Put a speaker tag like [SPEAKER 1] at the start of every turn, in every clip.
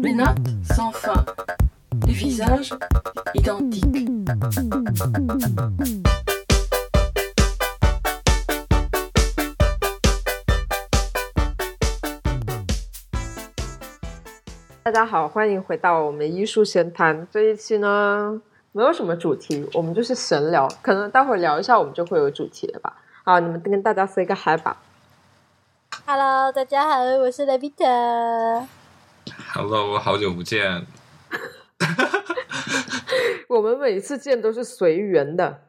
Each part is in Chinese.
[SPEAKER 1] les notes sans fin, les visages identiques.
[SPEAKER 2] 大家好，欢迎回到我们艺术闲谈。这一期呢，没有什么主题，我们就是闲聊，可能待会儿聊一下，我们就会有主题了吧？啊，你们跟大家 say 个 hi 吧。
[SPEAKER 3] Hello，大家好，我是雷比特。
[SPEAKER 4] Hello，我好久不见。
[SPEAKER 2] 我们每次见都是随缘的。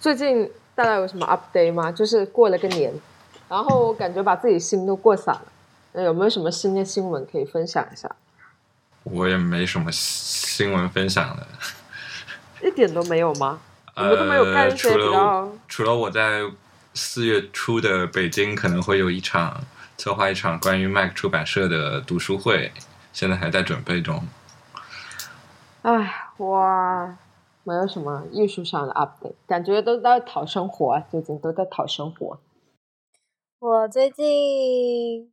[SPEAKER 2] 最近大家有什么 update 吗？就是过了个年，然后感觉把自己心都过散了。那有没有什么新的新闻可以分享一下？
[SPEAKER 4] 我也没什么新闻分享的，
[SPEAKER 2] 一点都没有吗？你们都没有干
[SPEAKER 4] 呃，
[SPEAKER 2] 一些
[SPEAKER 4] 除
[SPEAKER 2] 比较
[SPEAKER 4] 了除了我在四月初的北京可能会有一场策划一场关于 Mac 出版社的读书会，现在还在准备中。
[SPEAKER 2] 唉，哇，没有什么艺术上的 update，感觉都在讨生活啊，最近都在讨生活。
[SPEAKER 3] 我最近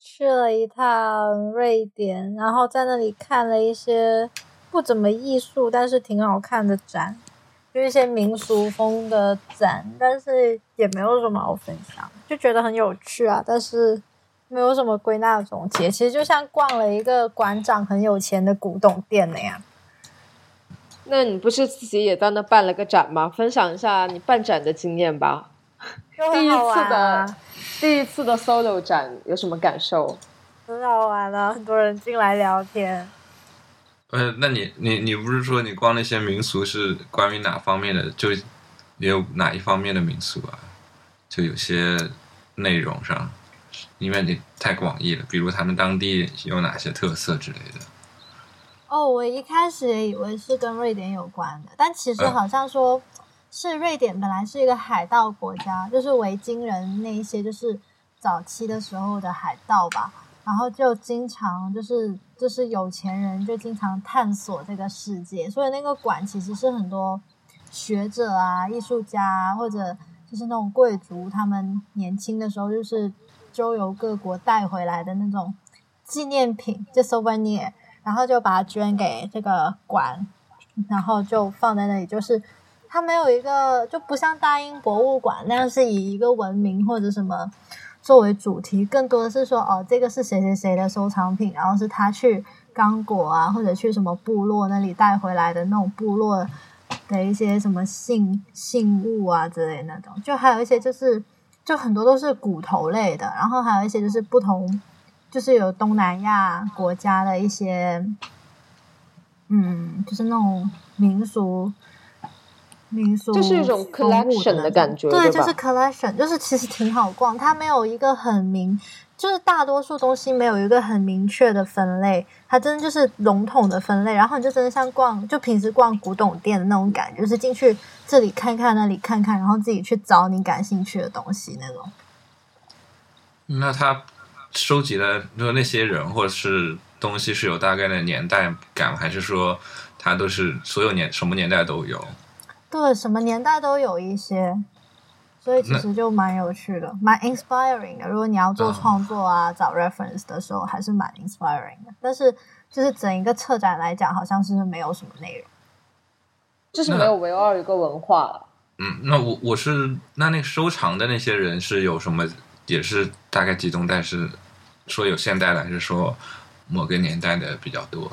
[SPEAKER 3] 去了一趟瑞典，然后在那里看了一些不怎么艺术，但是挺好看的展，就一些民俗风的展，但是也没有什么好分享，就觉得很有趣啊，但是没有什么归纳总结。其实就像逛了一个馆长很有钱的古董店那样。
[SPEAKER 2] 那你不是自己也在那办了个展吗？分享一下你办展的经验吧。
[SPEAKER 3] 就很
[SPEAKER 2] 第一
[SPEAKER 3] 好
[SPEAKER 2] 次
[SPEAKER 3] 玩啊
[SPEAKER 2] 的第一次的 solo 展有什么感受？
[SPEAKER 3] 很好玩啊，很多人进来聊天。
[SPEAKER 4] 呃，那你你你不是说你逛那些民俗是关于哪方面的？就也有哪一方面的民俗啊？就有些内容上，因为你太广义了，比如他们当地有哪些特色之类的。
[SPEAKER 3] 哦，我一开始也以为是跟瑞典有关的，但其实
[SPEAKER 4] 嗯
[SPEAKER 3] 好像说是瑞典本来是一个海盗国家，就是维京人那一些，就是早期的时候的海盗吧。然后就经常就是就是有钱人就经常探索这个世界，所以那个馆其实是很多学者啊、艺术家啊，或者就是那种贵族，他们年轻的时候就是周游各国带回来的那种纪念品，就 souvenir。然后就把它捐给这个馆，然后就放在那里。就是它没有一个，就不像大英博物馆那样是以一个文明或者什么作为主题，更多的是说哦，这个是谁谁谁的收藏品，然后是他去刚果啊，或者去什么部落那里带回来的那种部落的一些什么信信物啊之类的那种。就还有一些就是，就很多都是骨头类的，然后还有一些就是不同。就是有东南亚国家的一些，嗯，就是那种民俗民俗，
[SPEAKER 2] 就是一种 collection 的感觉
[SPEAKER 3] 对，
[SPEAKER 2] 对
[SPEAKER 3] 就
[SPEAKER 2] 吧
[SPEAKER 3] 是 collection，就是其实挺好逛，它没有一个很明，就是大多数东西没有一个很明确的分类，它真的就是笼统的分类，然后你就真的像逛，就平时逛古董店的那种感觉，就是进去这里看看那里看看，然后自己去找你感兴趣的东西那种。
[SPEAKER 4] 那他收集的就那些人或者是东西是有大概的年代感吗，还是说他都是所有年什么年代都有？
[SPEAKER 3] 对，什么年代都有一些，所以其
[SPEAKER 4] 那
[SPEAKER 3] 实就蛮有趣的，蛮 inspiring 的。如果你要做
[SPEAKER 4] 嗯
[SPEAKER 3] 创作啊、找 reference 的时候，还是蛮 inspiring 的。但是就是整一个策展来讲，好像是没有什么内容。
[SPEAKER 2] 就是
[SPEAKER 4] 那
[SPEAKER 2] 没有围绕一个文化了。
[SPEAKER 4] 嗯，那我我是那那个收藏的那些人是有什么，也是大概集中在是说有现代的，还是说某个年代的比较多？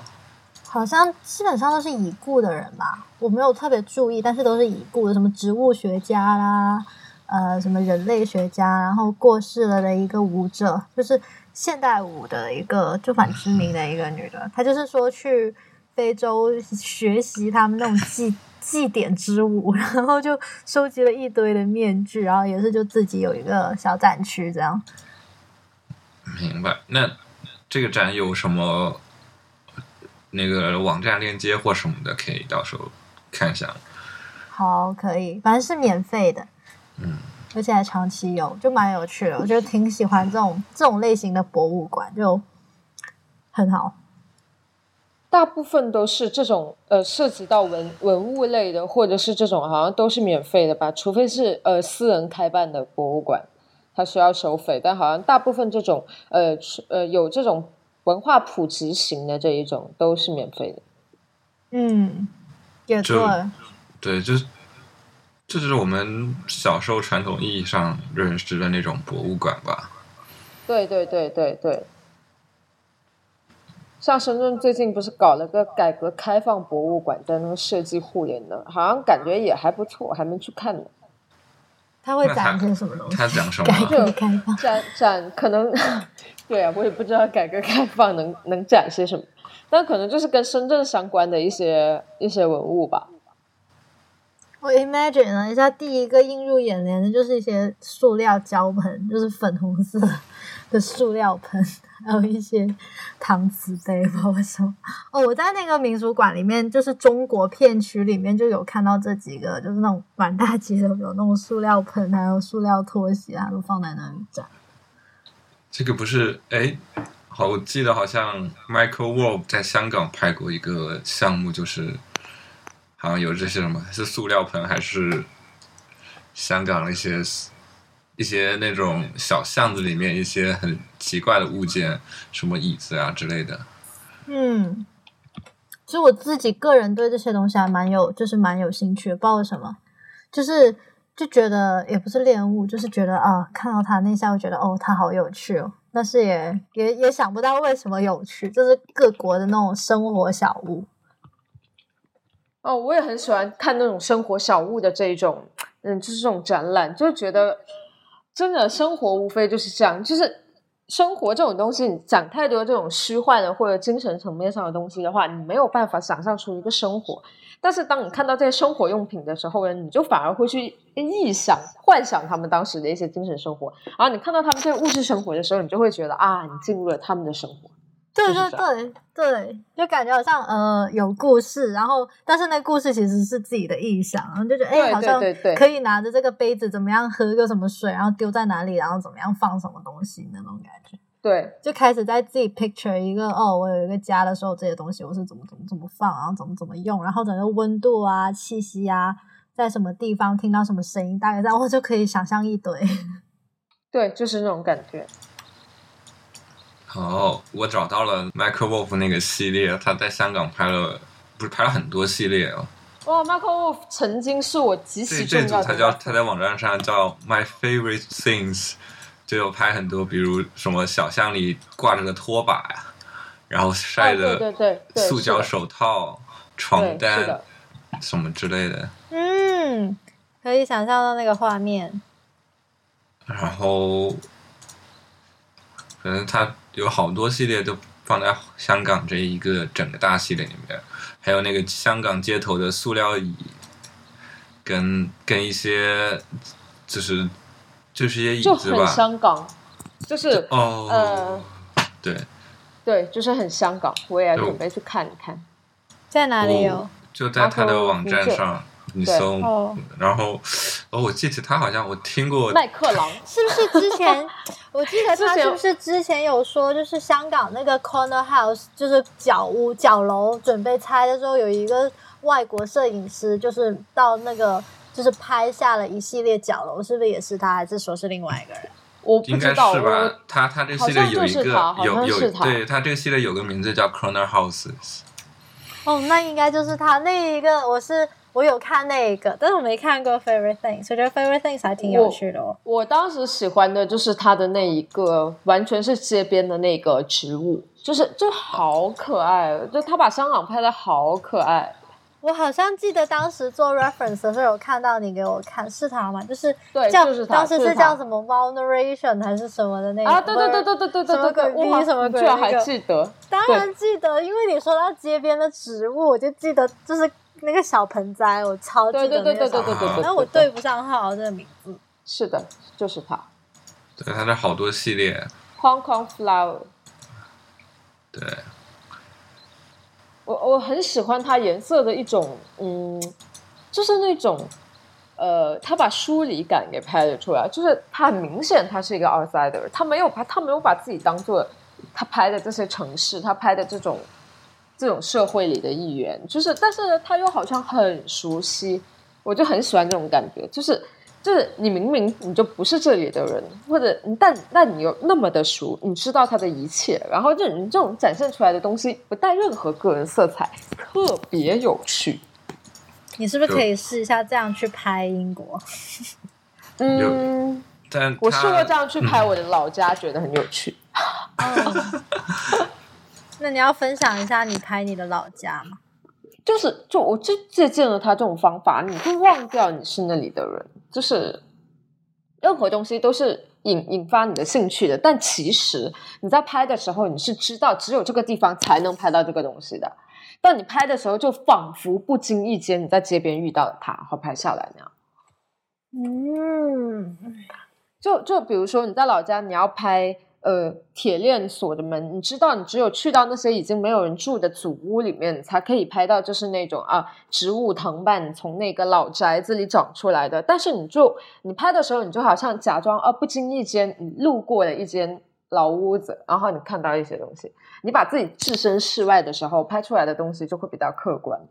[SPEAKER 3] 好像基本上都是已故的人吧，我没有特别注意，但是都是已故的，什么植物学家啦，呃，什么人类学家，然后过世了的一个舞者，就是现代舞的一个就蛮知名的一个女的，她就是说去非洲学习他们那种祭祭典之舞，然后就收集了一堆的面具，然后也是就自己有一个小展区这样。
[SPEAKER 4] 明白。那这个展有什么那个网站链接或什么的，可以到时候看一下吗。
[SPEAKER 3] 好，可以，反正是免费的，
[SPEAKER 4] 嗯，
[SPEAKER 3] 而且还长期有，就蛮有趣的。我就挺喜欢这种这种类型的博物馆，就很好。
[SPEAKER 2] 大部分都是这种呃涉及到文文物类的，或者是这种好像都是免费的吧，除非是呃私人开办的博物馆，它需要收费。但好像大部分这种呃是呃有这种文化普及型的这一种都是免费的。
[SPEAKER 3] 嗯，也
[SPEAKER 4] 就
[SPEAKER 3] 对，
[SPEAKER 4] 对，就是这就是我们小时候传统意义上认识的那种博物馆吧。
[SPEAKER 2] 对对对对对，像深圳最近不是搞了个改革开放博物馆，在那个设计互联的，好像感觉也还不错，还没去看呢。
[SPEAKER 3] 他会
[SPEAKER 4] 那
[SPEAKER 3] 讲一
[SPEAKER 4] 他
[SPEAKER 3] 些什么东西？
[SPEAKER 4] 他讲什么
[SPEAKER 3] 改
[SPEAKER 4] 啊？
[SPEAKER 3] 革开放。
[SPEAKER 2] 展展可能， 对啊，我也不知道改革开放能能展些什么，但可能就是跟深圳相关的一些一些文物吧。
[SPEAKER 3] 我 imagine 了一下，第一个映入眼帘的就是一些塑料胶盆，就是粉红色的塑料盆，还有一些搪瓷杯，不知道为什么。哦，我在那个民俗馆里面，就是中国片区里面就有看到这几个，就是那种满大街都有那种塑料盆，还有塑料拖鞋啊，都放在那里展。
[SPEAKER 4] 这个不是哎，好，我记得好像 Michael Wolf 在香港拍过一个项目，就是好像有这些什么是塑料盆还是香港的一些一些那种小巷子里面一些很奇怪的物件，什么椅子啊之类的。
[SPEAKER 3] 嗯，其实我自己个人对这些东西还蛮有，就是蛮有兴趣的。不知道为什么，就是就觉得也不是恋物，就是觉得啊，看到他那一下会觉得哦，他好有趣哦。但是也也也想不到为什么有趣，就是各国的那种生活小物。
[SPEAKER 2] 哦，我也很喜欢看那种生活小物的这一种，嗯，就是这种展览，就觉得真的生活无非就是这样，就是生活这种东西，你讲太多这种虚幻的或者精神层面上的东西的话，你没有办法想象出一个生活。但是当你看到这些生活用品的时候呢，你就反而会去臆想、幻想他们当时的一些精神生活，然后你看到他们这些物质生活的时候，你就会觉得啊，你进入了他们的生活。
[SPEAKER 3] 对
[SPEAKER 2] 就是这
[SPEAKER 3] 对
[SPEAKER 2] 样
[SPEAKER 3] 对对，就感觉好像呃有故事，然后但是那故事其实是自己的臆想，然后就觉得哎，
[SPEAKER 2] 对
[SPEAKER 3] 好
[SPEAKER 2] 对
[SPEAKER 3] 像
[SPEAKER 2] 对对
[SPEAKER 3] 可以拿着这个杯子怎么样喝个什么水，然后丢在哪里，然后怎么样放什么东西那种感觉。
[SPEAKER 2] 对，
[SPEAKER 3] 就开始在自己 picture 一个哦，我有一个家的时候，这些东西我是怎么怎么怎么放，然后怎么怎么用，然后整个温度啊、气息啊，在什么地方听到什么声音，大概这样，我就可以想象一堆。
[SPEAKER 2] 对，就是那种感觉。
[SPEAKER 4] 哦，我找到了 Michael Wolf 那个系列，他在香港拍了，不是拍了很多系列哦。
[SPEAKER 2] 哇，Michael Wolf 曾经是我极
[SPEAKER 4] 这
[SPEAKER 2] 其
[SPEAKER 4] 这
[SPEAKER 2] 重
[SPEAKER 4] 组
[SPEAKER 2] 要
[SPEAKER 4] 他
[SPEAKER 2] 的
[SPEAKER 4] 叫
[SPEAKER 2] 人，
[SPEAKER 4] 他在网站上叫 My Favorite Things，就有拍很多，比如什么小巷里挂着的拖把呀，然后晒
[SPEAKER 2] 哦对
[SPEAKER 4] 的
[SPEAKER 2] 对对对
[SPEAKER 4] 塑胶
[SPEAKER 2] 是的
[SPEAKER 4] 手套、
[SPEAKER 2] 对
[SPEAKER 4] 床
[SPEAKER 2] 是
[SPEAKER 4] 单
[SPEAKER 2] 的
[SPEAKER 4] 什么之类的。
[SPEAKER 3] 嗯，可以想象到那个画面。
[SPEAKER 2] 啊
[SPEAKER 4] 然后，可能他有好多系列都放在香港这一个整个大系列里面，还有那个香港街头的塑料椅，跟跟一些就是就是一些椅
[SPEAKER 2] 就
[SPEAKER 4] 子
[SPEAKER 2] 很
[SPEAKER 4] 吧。
[SPEAKER 2] 香港，就是
[SPEAKER 4] 哦，
[SPEAKER 2] 呃
[SPEAKER 4] 对，
[SPEAKER 2] 对，就是很香港。我也
[SPEAKER 4] 就
[SPEAKER 2] 准备去看一看。
[SPEAKER 3] 在哪里有
[SPEAKER 4] 我？就在他的网站上，你搜，
[SPEAKER 3] 哦，
[SPEAKER 4] 然后哦，我记得他好像我听过，
[SPEAKER 2] 麦克朗，
[SPEAKER 3] 是不是 之前我记得他
[SPEAKER 2] 之前
[SPEAKER 3] 是不是之前有说，就是香港那个 corner house，就是角屋角楼准备拆的时候，有一个外国摄影师，就是到那个就是拍下了一系列角楼，是不是也是他，还是说是另外一个人？
[SPEAKER 2] 我不
[SPEAKER 4] 应该
[SPEAKER 2] 知道，
[SPEAKER 4] 是
[SPEAKER 2] 我
[SPEAKER 4] 吧？他他这个系
[SPEAKER 2] 好
[SPEAKER 4] 列
[SPEAKER 2] 像
[SPEAKER 4] 有
[SPEAKER 2] 就
[SPEAKER 4] 一
[SPEAKER 2] 是
[SPEAKER 4] 个
[SPEAKER 2] 他好
[SPEAKER 4] 有
[SPEAKER 2] 像
[SPEAKER 4] 有
[SPEAKER 2] 是他
[SPEAKER 4] 对他这个系列有个名字叫 Corner House，
[SPEAKER 3] 哦，那应该就是他那一个，我是我有看那一个，但是我没看过 favorite things，我觉得 favorite things 还挺有趣的哦。
[SPEAKER 2] 我当时喜欢的就是他的那一个，完全是街边的那个植物，就是就好可爱，就他把香港拍的好可爱。
[SPEAKER 3] 我好像记得当时做 reference 的时候有看到你给我看，是他吗？就是
[SPEAKER 2] 对
[SPEAKER 3] 叫
[SPEAKER 2] 就是他
[SPEAKER 3] 当时
[SPEAKER 2] 就是是他
[SPEAKER 3] 叫什么 vulneration 还是什么的那个
[SPEAKER 2] 啊，对对对对对对
[SPEAKER 3] 什么
[SPEAKER 2] 对对，
[SPEAKER 3] 鬼
[SPEAKER 2] 哇，
[SPEAKER 3] 逼什么
[SPEAKER 2] 你
[SPEAKER 3] 鬼
[SPEAKER 2] 居然还
[SPEAKER 3] 那个
[SPEAKER 2] 记得？
[SPEAKER 3] 当然记得，因为你说到街边的植物，我就记得就是那个小盆栽，我超记
[SPEAKER 2] 对
[SPEAKER 3] 得
[SPEAKER 2] 对
[SPEAKER 3] 那
[SPEAKER 2] 对对
[SPEAKER 3] 个小
[SPEAKER 2] 对
[SPEAKER 3] 盆
[SPEAKER 2] 对
[SPEAKER 3] 栽，
[SPEAKER 2] 对对。
[SPEAKER 3] 但我对不上号这个名字。
[SPEAKER 2] 是的，就是他
[SPEAKER 4] 对他的好多系列，
[SPEAKER 2] ，Hong Kong Flower。
[SPEAKER 4] 对，
[SPEAKER 2] 我我很喜欢它颜色的一种，嗯，就是那种，呃，它把疏离感给拍了出来，就是它很明显它是一个 outsider，他没有把他没有把自己当做他拍的这些城市，他拍的这种这种社会里的一员，就是，但是呢，他又好像很熟悉，我就很喜欢这种感觉，就是就是你明明你就不是这里的人，或者但但你又那么的熟，你知道他的一切，然后这你这种展现出来的东西不带任何个人色彩，特别有趣。
[SPEAKER 3] 你是不是可以试一下这样去拍英国？
[SPEAKER 2] 嗯，
[SPEAKER 4] 但
[SPEAKER 2] 我试过
[SPEAKER 4] 他
[SPEAKER 2] 这样去拍我的老家，觉得很有趣。
[SPEAKER 3] 哦，那你要分享一下你拍你的老家吗？
[SPEAKER 2] 就是就我就借鉴了他这种方法，你就忘掉你是那里的人，就是任何东西都是引引发你的兴趣的。但其实你在拍的时候，你是知道只有这个地方才能拍到这个东西的。但你拍的时候，就仿佛不经意间你在街边遇到了它，然后拍下来那样。
[SPEAKER 3] 嗯，
[SPEAKER 2] 就就比如说你在老家，你要拍呃铁链锁的门，你知道你只有去到那些已经没有人住的祖屋里面，你才可以拍到就是那种啊植物藤蔓从那个老宅子里长出来的。但是你就你拍的时候，你就好像假装啊不经意间你路过了一间老屋子，然后你看到一些东西，你把自己置身事外的时候，拍出来的东西就会比较客观。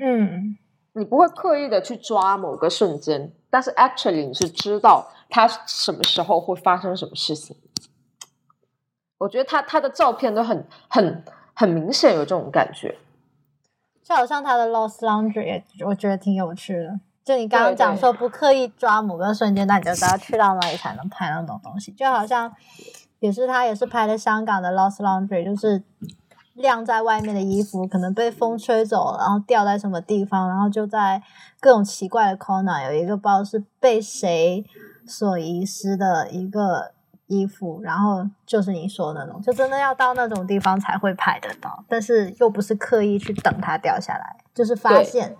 [SPEAKER 3] 嗯，
[SPEAKER 2] 你不会刻意的去抓某个瞬间，但是 actually 你是知道它什么时候会发生什么事情。我觉得他他的照片都很很很明显有这种感觉，
[SPEAKER 3] 就好像他的 Lost Laundry 也，我觉得挺有趣的。就你刚
[SPEAKER 2] 对对
[SPEAKER 3] 刚讲说不刻意抓某个瞬间，那你就知道去到哪里才能拍那种东西。就好像也是他也是拍的香港的 Lost Laundry，就是晾在外面的衣服可能被风吹走了，然后掉在什么地方，然后就在各种奇怪的 corner 有一个不知道是被谁所遗失的一个衣服，然后就是你说的那种，就真的要到那种地方才会拍得到，但是又不是刻意去等它掉下来，就是发
[SPEAKER 2] 对
[SPEAKER 3] 现。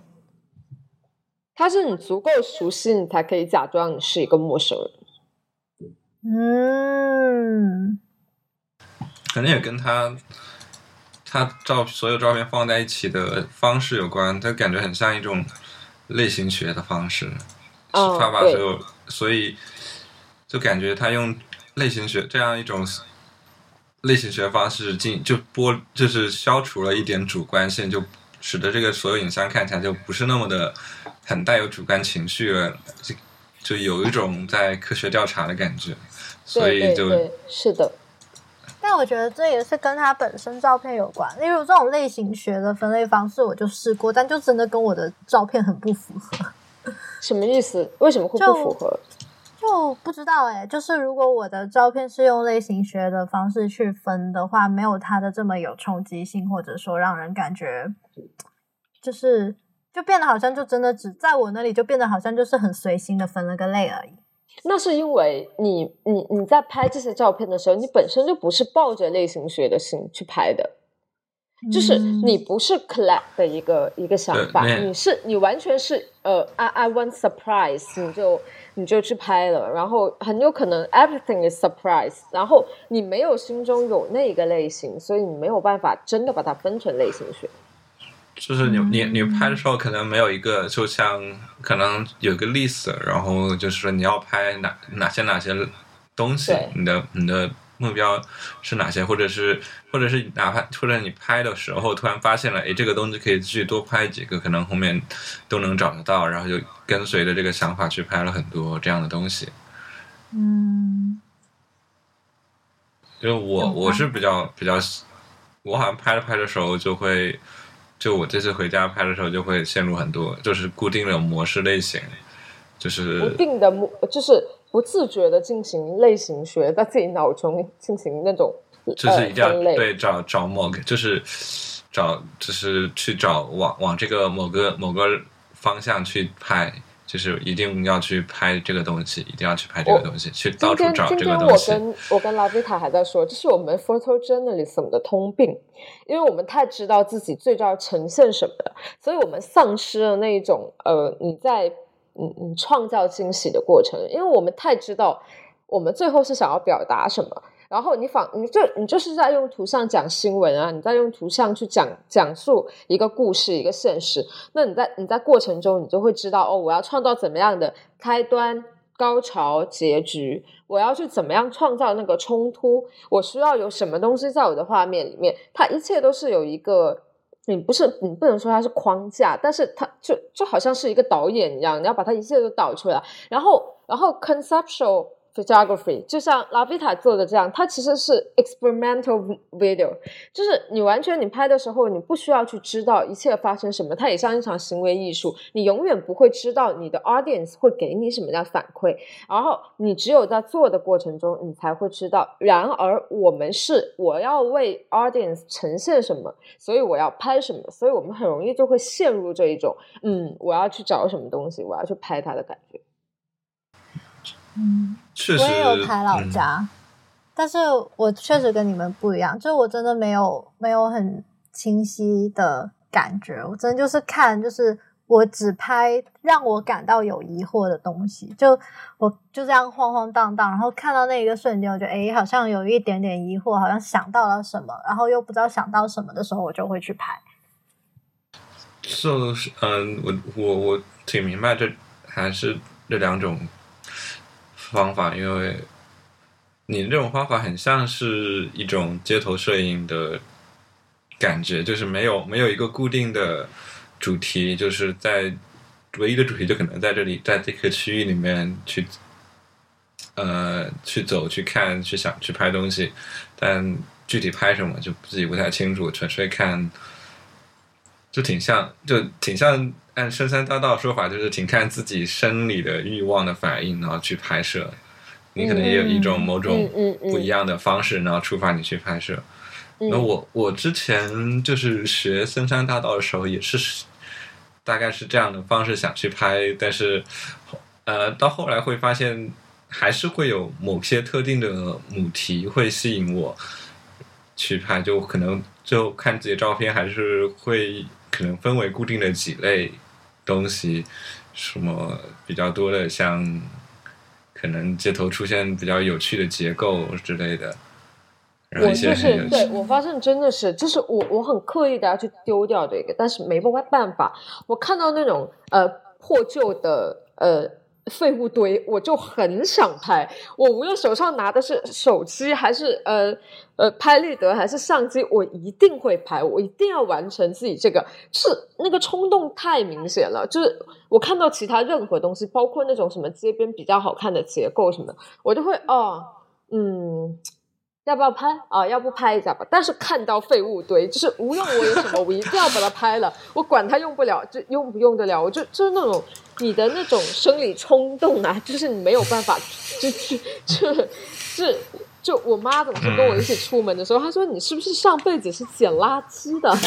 [SPEAKER 2] 他是你足够熟悉，你才可以假装你是一个陌生人。
[SPEAKER 3] 嗯，
[SPEAKER 4] 可能也跟他他照所有照片放在一起的方式有关，他感觉很像一种类型学的方式，
[SPEAKER 2] 嗯
[SPEAKER 4] 是他把
[SPEAKER 2] 对
[SPEAKER 4] 所有，所以就感觉他用类型学这样一种类型学方式进就剥就是消除了一点主观性，就使得这个所有影像看起来就不是那么的很带有主观情绪了，就就有一种在科学调查的感觉，所
[SPEAKER 2] 对
[SPEAKER 4] 以
[SPEAKER 2] 对
[SPEAKER 4] 就
[SPEAKER 2] 对，是的，
[SPEAKER 3] 但我觉得这也是跟他本身照片有关，因为我这种类型学的分类方式我就试过，但就真的跟我的照片很不符合。
[SPEAKER 2] 什么意思？为什么会不
[SPEAKER 3] 就
[SPEAKER 2] 符合？
[SPEAKER 3] 就不知道哎、就是如果我的照片是用类型学的方式去分的话，没有它的这么有冲击性，或者说让人感觉就是就变得好像就真的只在我那里就变得好像就是很随心的分了个类而已。
[SPEAKER 2] 那是因为你你你在拍这些照片的时候，你本身就不是抱着类型学的心去拍的，就是你不是 collab 的一个一个想法，
[SPEAKER 4] 对那
[SPEAKER 2] 你是你完全是呃，I I want surprise，你就你就去拍了，然后很有可能 everything is surprise，然后你没有心中有那一个类型，所以你没有办法真的把它分成类型学。
[SPEAKER 4] 就是你你你拍的时候可能没有一个，就像可能有个 list，然后就是说你要拍哪哪些哪些东西
[SPEAKER 2] 对，
[SPEAKER 4] 你的你的目标是哪些，或者是或者是哪怕或者你拍的时候突然发现了，诶，这个东西可以去多拍几个，可能后面都能找得到，然后就跟随着这个想法去拍了很多这样的东西。
[SPEAKER 3] 嗯，
[SPEAKER 4] 就是我
[SPEAKER 3] 懂
[SPEAKER 4] 我
[SPEAKER 3] 吗
[SPEAKER 4] 是比较比较，我好像拍着拍着时候就会，就我这次回家拍的时候就会陷入很多，就是固定的模式类型，就
[SPEAKER 2] 不
[SPEAKER 4] 是
[SPEAKER 2] 定的目，就是不自觉的进行类型学，在自己脑中进行那种
[SPEAKER 4] 就是一定要
[SPEAKER 2] 呃、分类。
[SPEAKER 4] 对找找某个就是找就是去找往往这个某个某个方向去拍，就是一定要去拍这个东西，一定要去拍这个
[SPEAKER 2] 我
[SPEAKER 4] 东西，去到
[SPEAKER 2] 今
[SPEAKER 4] 处
[SPEAKER 2] 天
[SPEAKER 4] 找
[SPEAKER 2] 今
[SPEAKER 4] 这个
[SPEAKER 2] 天
[SPEAKER 4] 东
[SPEAKER 2] 我
[SPEAKER 4] 西。
[SPEAKER 2] 跟我跟拉维塔还在说，这是我们 photojournalism 的通病，因为我们太知道自己最要呈现什么了，所以我们丧失了那一种呃你在嗯嗯创造惊喜的过程，因为我们太知道我们最后是想要表达什么。然后你仿你就你就是在用图像讲新闻啊，你在用图像去讲讲述一个故事、一个现实，那你在你在过程中，你就会知道哦，我要创造怎么样的开端、高潮、结局，我要去怎么样创造那个冲突，我需要有什么东西在我的画面里面，它一切都是有一个你不是你不能说它是框架，但是它就就好像是一个导演一样，你要把它一切都导出来。然后然后 conceptual photography 就像拉比塔做的这样，它其实是 experimental video，就是你完全你拍的时候，你不需要去知道一切发生什么，它也像一场行为艺术，你永远不会知道你的 audience 会给你什么样的反馈，然后你只有在做的过程中，你才会知道。然而我们是我要为 audience 呈现什么，所以我要拍什么，所以我们很容易就会陷入这一种，嗯，我要去找什么东西，我要去拍它的感觉。
[SPEAKER 3] 嗯，
[SPEAKER 4] 确实
[SPEAKER 3] 我也有拍老
[SPEAKER 4] 嗯
[SPEAKER 3] 家，但是我确实跟你们不一样，就我真的没有没有很清晰的感觉，我真的就是看，就是我只拍让我感到有疑惑的东西，就我就这样晃晃荡荡，然后看到那一个瞬间，我觉得诶，好像有一点点疑惑，好像想到了什么，然后又不知道想到什么的时候，我就会去拍。
[SPEAKER 4] 就是嗯，我我我挺明白这还是这两种方法，因为你这种方法很像是一种街头摄影的感觉，就是没有没有一个固定的主题，就是在唯一的主题就可能在这里，在这个区域里面去呃去走、去看、去想、去拍东西，但具体拍什么就自己不太清楚，纯粹看。就挺像，就挺像按深山大道说法，就是挺看自己生理的欲望的反应，然后去拍摄。你可能也有一种某种
[SPEAKER 2] 嗯嗯嗯
[SPEAKER 4] 不一样的方式，然后触发你去拍摄。
[SPEAKER 2] 嗯
[SPEAKER 4] 那我我之前就是学深山大道的时候，也是大概是这样的方式想去拍，但是呃，到后来会发现还是会有某些特定的母题会吸引我去拍，就可能最后看自己的照片还是会可能分为固定的几类东西，什么比较多的像。可能街头出现比较有趣的结构之类的，然后
[SPEAKER 2] 我
[SPEAKER 4] 一些
[SPEAKER 2] 就
[SPEAKER 4] 很有
[SPEAKER 2] 是
[SPEAKER 4] 趣。
[SPEAKER 2] 对我发现真的是，就是我我很刻意的要去丢掉这个，但是没办办法，我看到那种呃破旧的呃废物堆，我就很想拍。我无论手上拿的是手机还是呃呃拍立得还是相机，我一定会拍，我一定要完成自己这个，就是那个冲动太明显了。就是我看到其他任何东西，包括那种什么街边比较好看的结构什么的，我就会哦，嗯。要不要拍啊？要不拍一下吧。但是看到废物堆，就是无用我有什么，我一定要把它拍了。我管它用不了，就用不用得了，我就就是那种你的那种生理冲动啊，就是你没有办法，就就就就就我妈总是跟我一起出门的时候，她说你是不是上辈子是捡垃圾的？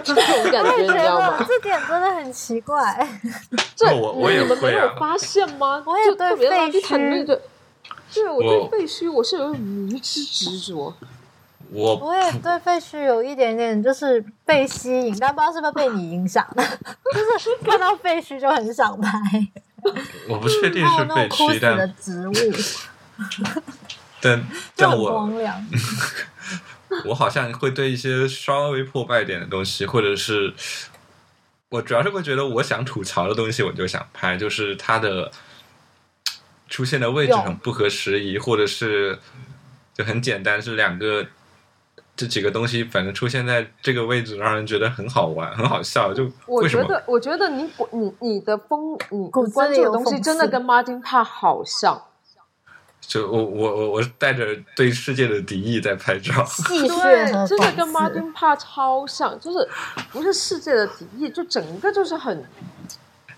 [SPEAKER 2] 就是这种感觉，
[SPEAKER 3] 我
[SPEAKER 2] 你
[SPEAKER 3] 也觉
[SPEAKER 2] 知道
[SPEAKER 3] 得
[SPEAKER 2] 吗？
[SPEAKER 3] 这点真的很奇怪，
[SPEAKER 2] 这
[SPEAKER 4] 哦我我也
[SPEAKER 2] 你们没
[SPEAKER 4] 会
[SPEAKER 2] 有
[SPEAKER 4] 啊
[SPEAKER 2] 发现吗？
[SPEAKER 3] 我也
[SPEAKER 2] 就特别
[SPEAKER 3] 对
[SPEAKER 2] 垃圾
[SPEAKER 3] 废
[SPEAKER 2] 桶那
[SPEAKER 3] 墟
[SPEAKER 2] 个，对我对
[SPEAKER 4] 我
[SPEAKER 2] 废墟我是有一种迷之执着。
[SPEAKER 4] 我
[SPEAKER 3] 我也对废墟有一点点就是被吸引，但不知道是不是被你 影响的，就是看到废墟就很想拍，
[SPEAKER 4] 我不确定
[SPEAKER 3] 还
[SPEAKER 4] 是
[SPEAKER 3] 有那
[SPEAKER 4] 被
[SPEAKER 3] 种枯
[SPEAKER 4] 驱，
[SPEAKER 3] 死
[SPEAKER 2] 哦
[SPEAKER 3] 的
[SPEAKER 4] 但
[SPEAKER 3] 植物，
[SPEAKER 4] 但
[SPEAKER 3] 就
[SPEAKER 4] 但
[SPEAKER 3] 很
[SPEAKER 4] 我
[SPEAKER 3] 荒 凉。
[SPEAKER 4] 我好像会对一些稍微破败一点的东西，或者是我主要是会觉得我想吐槽的东西，我就想拍，就是它的出现的位置
[SPEAKER 3] 有
[SPEAKER 4] 很不合时宜，或者是就很简单，是两个这几个东西，反正出现在这个位置，让人觉得很好玩、很好笑。就
[SPEAKER 2] 我
[SPEAKER 4] 为什
[SPEAKER 2] 觉
[SPEAKER 4] 么
[SPEAKER 2] 得，我觉得你你你的风，你
[SPEAKER 3] 骨
[SPEAKER 2] 你
[SPEAKER 3] 子
[SPEAKER 2] 关
[SPEAKER 3] 里
[SPEAKER 2] 注的
[SPEAKER 3] 有
[SPEAKER 2] 东西
[SPEAKER 3] 讽
[SPEAKER 2] 真的
[SPEAKER 3] 刺
[SPEAKER 2] 跟 Martin p a 好像，
[SPEAKER 4] 就我我我我是带着对世界的敌意在拍照？
[SPEAKER 3] 戏谑和
[SPEAKER 2] 对，真的
[SPEAKER 3] 啊讽
[SPEAKER 2] 跟
[SPEAKER 3] 刺
[SPEAKER 2] Martin p a 超像，就是不是世界的敌意，就整个就是很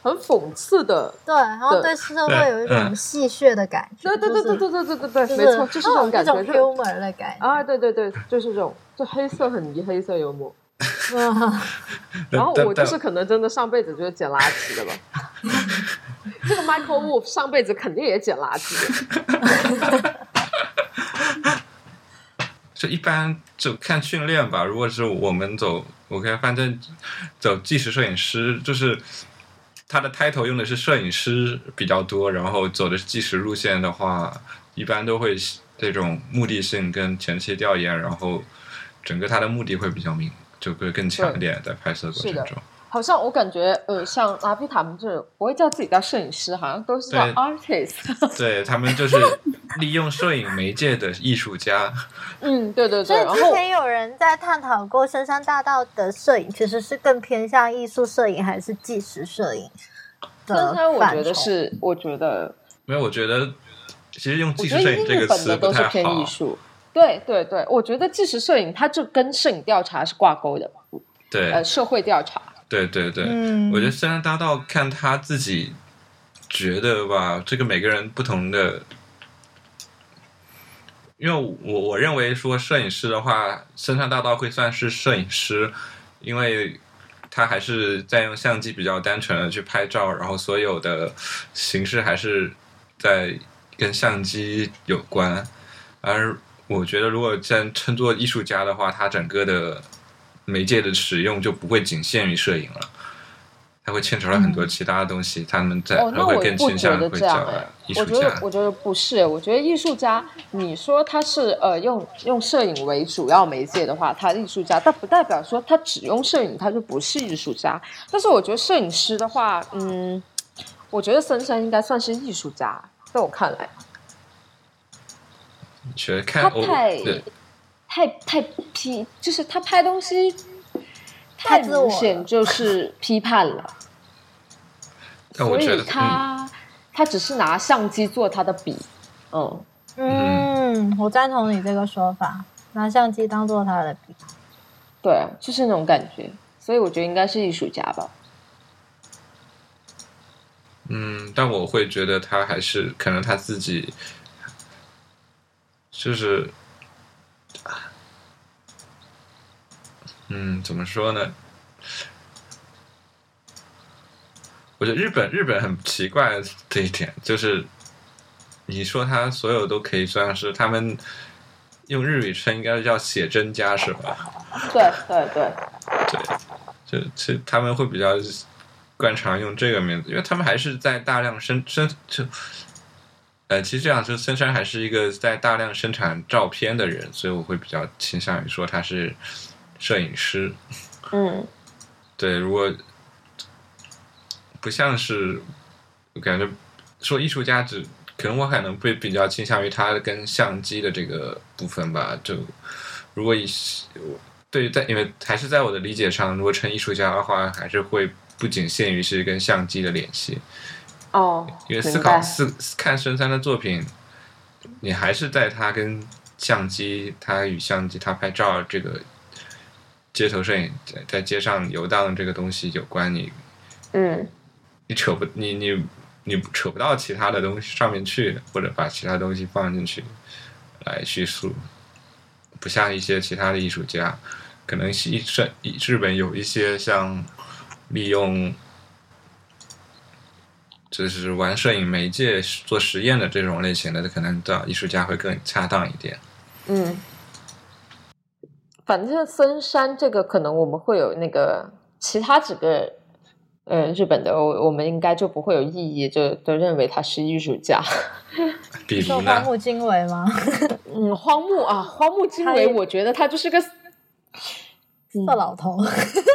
[SPEAKER 2] 很讽刺的。
[SPEAKER 3] 对，然后
[SPEAKER 2] 对
[SPEAKER 3] 对社会有一种
[SPEAKER 4] 嗯
[SPEAKER 3] 戏谑的感觉，
[SPEAKER 2] 对对对对对对对对
[SPEAKER 3] 就
[SPEAKER 2] 对，
[SPEAKER 3] 是，
[SPEAKER 2] 没错，就是这
[SPEAKER 3] 哦
[SPEAKER 2] 种感觉。
[SPEAKER 3] 一种
[SPEAKER 2] 就
[SPEAKER 3] humor 的感觉。
[SPEAKER 2] 啊，对对对，就是这种，就黑色很泥，黑色幽默。
[SPEAKER 3] 嗯
[SPEAKER 2] 然后
[SPEAKER 4] 但
[SPEAKER 2] 我就
[SPEAKER 4] 但
[SPEAKER 2] 是可能真的上辈子就是捡垃圾的吧。 这个 Michael Wolf 上辈子肯定也捡垃圾的，
[SPEAKER 4] 就一般就看训练吧。如果是我们走，我看反正走纪实摄影师，就是他的 title 用的是摄影师比较多，然后走的是纪实路线的话，一般都会这种目的性跟前期调研，然后整个他的目的会比较明，就会更强一点在拍摄过程
[SPEAKER 2] 是的
[SPEAKER 4] 中。
[SPEAKER 2] 好像我感觉呃，像拉皮塔们这种不会叫自己叫摄影师，好像都是叫
[SPEAKER 4] 对
[SPEAKER 2] artist。
[SPEAKER 4] 对他们就是利用摄影媒介的艺术家，
[SPEAKER 2] 嗯，对对对，
[SPEAKER 3] 所以
[SPEAKER 2] 然
[SPEAKER 3] 之
[SPEAKER 2] 后
[SPEAKER 3] 前有人在探讨过深山大道的摄影其实是更偏向艺术摄影还是纪实摄影的
[SPEAKER 2] 深山我
[SPEAKER 3] 范
[SPEAKER 2] 觉得
[SPEAKER 3] 畴
[SPEAKER 2] 是，我觉得
[SPEAKER 4] 没有，我觉得其实用
[SPEAKER 2] 我
[SPEAKER 4] 纪
[SPEAKER 2] 觉得
[SPEAKER 4] 实摄影这
[SPEAKER 2] 日
[SPEAKER 4] 个
[SPEAKER 2] 本
[SPEAKER 4] 词
[SPEAKER 2] 的
[SPEAKER 4] 不
[SPEAKER 2] 都是
[SPEAKER 4] 太
[SPEAKER 1] 偏艺
[SPEAKER 4] 好。
[SPEAKER 1] 术，
[SPEAKER 2] 对对对，我觉得纪实摄影它就跟摄影调查是挂钩的，呃，
[SPEAKER 4] 对
[SPEAKER 2] 社会调查。
[SPEAKER 4] 对对对，
[SPEAKER 3] 嗯，
[SPEAKER 4] 我觉得深山大道看他自己觉得吧，这个每个人不同的，因为我我认为说摄影师的话，深山大道会算是摄影师，因为他还是在用相机比较单纯的去拍照，然后所有的形式还是在跟相机有关，而我觉得如果真称作艺术家的话，他整个的媒介的使用就不会仅限于摄影了。它会牵扯到很多其他的东西，他们在
[SPEAKER 2] 哦，那
[SPEAKER 4] 还
[SPEAKER 2] 我
[SPEAKER 4] 会
[SPEAKER 2] 不
[SPEAKER 4] 更倾
[SPEAKER 2] 觉
[SPEAKER 4] 向
[SPEAKER 2] 得
[SPEAKER 4] 会
[SPEAKER 2] 这样
[SPEAKER 4] 叫
[SPEAKER 2] 哎，
[SPEAKER 4] 艺
[SPEAKER 2] 我
[SPEAKER 4] 术
[SPEAKER 2] 觉得
[SPEAKER 4] 家。
[SPEAKER 2] 我觉得不是，我觉得艺术家，你说他是呃用用摄影为主要媒介的话，他艺术家，但不代表说他只用摄影他就不是艺术家。但是我觉得摄影师的话，嗯，我觉得森山应该算是艺术家，在我看来，
[SPEAKER 4] 觉得看
[SPEAKER 2] 他
[SPEAKER 4] 我
[SPEAKER 2] 太
[SPEAKER 4] 对
[SPEAKER 2] 太太批，就是他拍东西
[SPEAKER 3] 太自
[SPEAKER 2] 明
[SPEAKER 3] 我
[SPEAKER 2] 显
[SPEAKER 3] 了
[SPEAKER 2] 就是 批判了。
[SPEAKER 4] 但我
[SPEAKER 2] 所
[SPEAKER 4] 觉
[SPEAKER 2] 以
[SPEAKER 4] 得嗯
[SPEAKER 2] 他、他只是拿相机做他的笔，嗯，
[SPEAKER 3] 嗯，我赞同你这个说法，拿相机当做他的笔。
[SPEAKER 2] 对啊，就是那种感觉。所以我觉得应该是艺术家吧。
[SPEAKER 4] 嗯，但我会觉得他还是可能他自己就是，嗯，怎么说呢？我觉得日本日本很奇怪的一点就是，你说他所有都可以算是他们用日语称应该叫写真家是吧？
[SPEAKER 2] 对对对，
[SPEAKER 4] 就其实他们会比较惯常用这个名字，因为他们还是在大量生生就，呃，其实这样说，森山还是一个在大量生产照片的人，所以我会比较倾向于说他是摄影师。
[SPEAKER 2] 嗯，
[SPEAKER 4] 对，如果不像是，我感觉说艺术家只可能我可能会比较倾向于他跟相机的这个部分吧。就如果以我对于在因为还是在我的理解上，如果称艺术家的话，还是会不仅限于是跟相机的联系，
[SPEAKER 2] 哦，
[SPEAKER 4] 因为
[SPEAKER 2] 明
[SPEAKER 4] 思
[SPEAKER 2] 白
[SPEAKER 4] 考思思看深山的作品，你还是在他跟相机，他与相机，他拍照这个街头摄影在在街上游荡这个东西有关你。
[SPEAKER 2] 嗯，
[SPEAKER 4] 你扯不你你你扯不到其他的东西上面去，或者把其他东西放进去来叙述，不像一些其他的艺术家，可能是一是日本有一些像利用就是玩摄影媒介做实验的这种类型的，可能的艺术家会更恰当一点。
[SPEAKER 2] 嗯，反正森山这个可能我们会有那个其他几个，呃，日本的我我们应该就不会有异议，就都认为他是艺术家。
[SPEAKER 4] 比
[SPEAKER 3] 受
[SPEAKER 4] 如
[SPEAKER 3] 荒
[SPEAKER 4] 呢，
[SPEAKER 3] 木经惟吗？
[SPEAKER 2] 嗯，荒木啊，荒木经
[SPEAKER 3] 他
[SPEAKER 2] 惟，
[SPEAKER 3] 也
[SPEAKER 2] 我觉得他就是个
[SPEAKER 3] 色老头，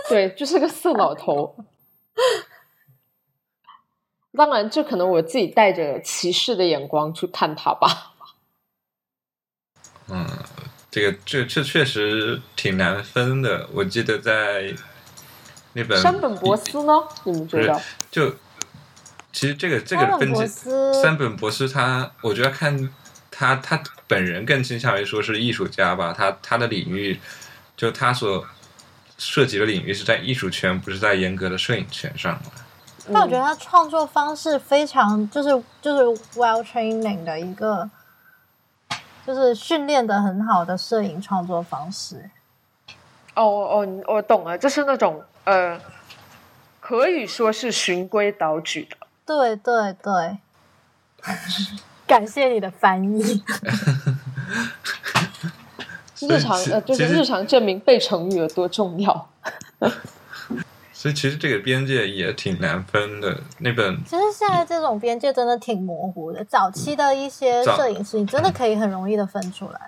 [SPEAKER 2] 对，就是个色老头。 当然，这可能我自己带着歧视的眼光去看他吧。
[SPEAKER 4] 嗯，这个这这确实挺难分的。我记得在那本
[SPEAKER 2] 山本博司呢？你们
[SPEAKER 4] 不
[SPEAKER 2] 觉
[SPEAKER 4] 是
[SPEAKER 2] 得？
[SPEAKER 4] 就其实这个这
[SPEAKER 3] 山
[SPEAKER 4] 个
[SPEAKER 3] 本
[SPEAKER 4] 分
[SPEAKER 3] 博
[SPEAKER 4] 级，
[SPEAKER 3] 斯
[SPEAKER 4] 三本博士他，我觉得看他他本人更倾向于说是艺术家吧，他他的领域就他所涉及的领域是在艺术圈，不是在严格的摄影圈上嘛。
[SPEAKER 2] 嗯
[SPEAKER 3] 但我觉得他创作方式非常就是就是 well training 的一个，就是训练的很好的摄影创作方式。
[SPEAKER 2] 哦哦，我懂了，就是那种呃，可以说是循规蹈矩的。
[SPEAKER 3] 对对对， 感谢你的翻译。
[SPEAKER 4] 所
[SPEAKER 2] 日
[SPEAKER 4] 以
[SPEAKER 2] 常
[SPEAKER 4] 其
[SPEAKER 2] 呃，就是
[SPEAKER 4] 其实
[SPEAKER 2] 日常证明被成语有多重要。
[SPEAKER 4] 所以其实这个边界也挺难分的。那本
[SPEAKER 3] 其实现在这种边界真的挺模糊的，早期的一些
[SPEAKER 4] 嗯早
[SPEAKER 3] 摄影师，你真的可以很容易的分出来，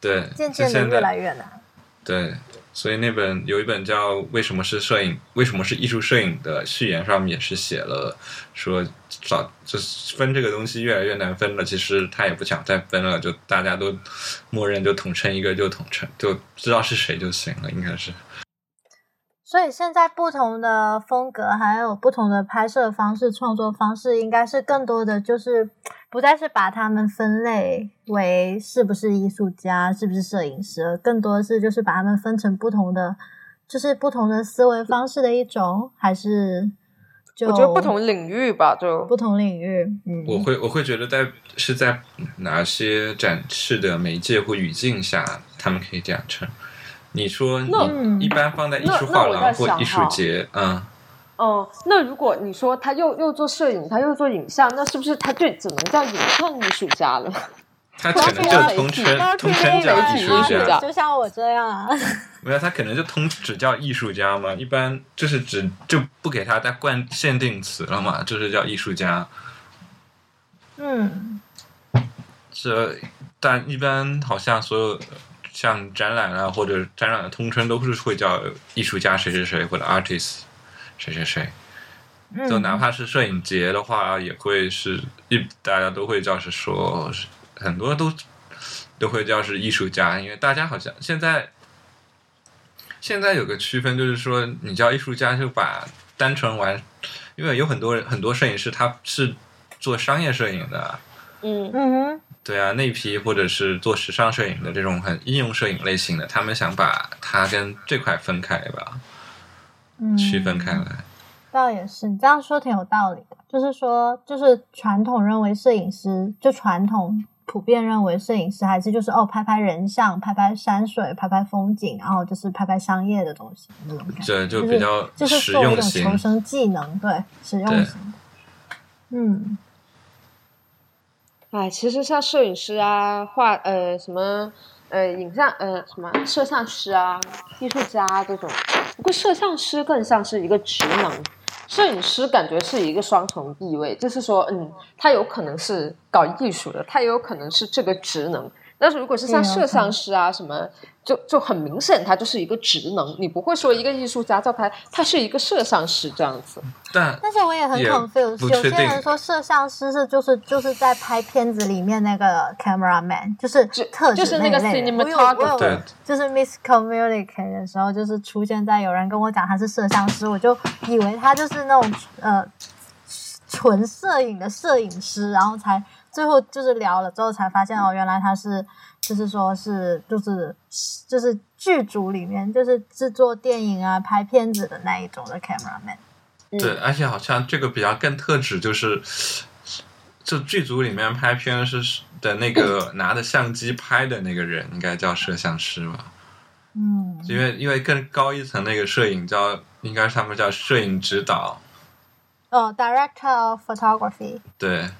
[SPEAKER 4] 对，
[SPEAKER 3] 渐
[SPEAKER 4] 是
[SPEAKER 3] 渐的
[SPEAKER 4] 现在
[SPEAKER 3] 越来越难。
[SPEAKER 4] 对，所以那本有一本叫《为什么是摄影？为什么是艺术摄影》的序言上面也是写了说找就是分这个东西越来越难分了。其实他也不想再分了，就大家都默认就统称一个就统称，就知道是谁就行了，应该是。
[SPEAKER 3] 所以现在不同的风格还有不同的拍摄方式、创作方式，应该是更多的就是不再是把他们分类为是不是艺术家、是不是摄影师，而更多的是就是把他们分成不同的，就是不同的思维方式的一种，还是就
[SPEAKER 2] 我觉得不同领域吧，就
[SPEAKER 3] 不同领域，嗯，
[SPEAKER 4] 我会我会觉得在是在哪些展示的媒介或语境下，他们可以这样称。你说你一般放在艺术画廊或艺术节，嗯，
[SPEAKER 2] 哦、嗯，那如果你说他又又做摄影，他又做影像，那是不是他就只能叫影像艺术家了？
[SPEAKER 4] 他可能就通称通称叫艺术家，
[SPEAKER 3] 就像我这样啊。
[SPEAKER 4] 没有，他可能就通只叫艺术家嘛，一般就是只就不给他再冠限定词了嘛，就是叫艺术家。
[SPEAKER 3] 嗯，
[SPEAKER 4] 这但一般好像所有。像展览啊，或者展览的通称都是会叫艺术家谁谁谁或者 artist 谁谁谁，
[SPEAKER 3] 嗯
[SPEAKER 4] 就哪怕是摄影节的话，也会是一大家都会叫是说很多都都会叫是艺术家，因为大家好像现在现在有个区分，就是说你叫艺术家就把单纯玩，因为有很多很多摄影师他是做商业摄影的，
[SPEAKER 2] 嗯
[SPEAKER 3] 嗯哼。
[SPEAKER 4] 对啊，那批或者是做时尚摄影的这种很应用摄影类型的，他们想把它跟这块分开吧，
[SPEAKER 3] 嗯，
[SPEAKER 4] 区分开来。
[SPEAKER 3] 倒也是，你这样说挺有道理的。就是说，就是传统认为摄影师，就传统普遍认为摄影师还是就是哦，拍拍人像，拍拍山水，拍拍风景，然后就是拍拍商业的东西那种感觉。
[SPEAKER 4] 对，就比较
[SPEAKER 3] 就是
[SPEAKER 4] 做
[SPEAKER 3] 一
[SPEAKER 4] 种
[SPEAKER 3] 求生技能，对，实用型的，嗯。
[SPEAKER 2] 哎，其实像摄影师啊，画呃什么呃影像呃什么摄像师啊、艺术家、啊、这种，不过摄像师更像是一个职能，摄影师感觉是一个双重地位，就是说，嗯，他有可能是搞艺术的，他也有可能是这个职能。但是如果是像摄像师啊什么，就就很明显，他就是一个职能，你不会说一个艺术家叫他他是一个摄像师这样子。
[SPEAKER 4] 但
[SPEAKER 3] 但是我也很 confused，有些人说摄像师是就是就是在拍片子里面那个 cameraman，就是特
[SPEAKER 2] 就是那个 cinematographer，
[SPEAKER 3] 就是 miscommunicate 的时候，就是出现在有人跟我讲他是摄像师，我就以为他就是那种呃纯摄影的摄影师，然后才。最后就是聊了之后才发现哦，原来他是，就是说是就是就是剧组里面就是制作电影啊、拍片子的那一种的 cameraman。
[SPEAKER 2] 嗯
[SPEAKER 4] 对，而且好像这个比较更特指就是，就剧组里面拍片是的 那个拿着相机拍的那个人，应该叫摄像师吧？
[SPEAKER 3] 嗯，
[SPEAKER 4] 因为因为更高一层那个摄影叫，应该他们叫摄影指导。
[SPEAKER 3] 哦，director of photography。
[SPEAKER 4] 对。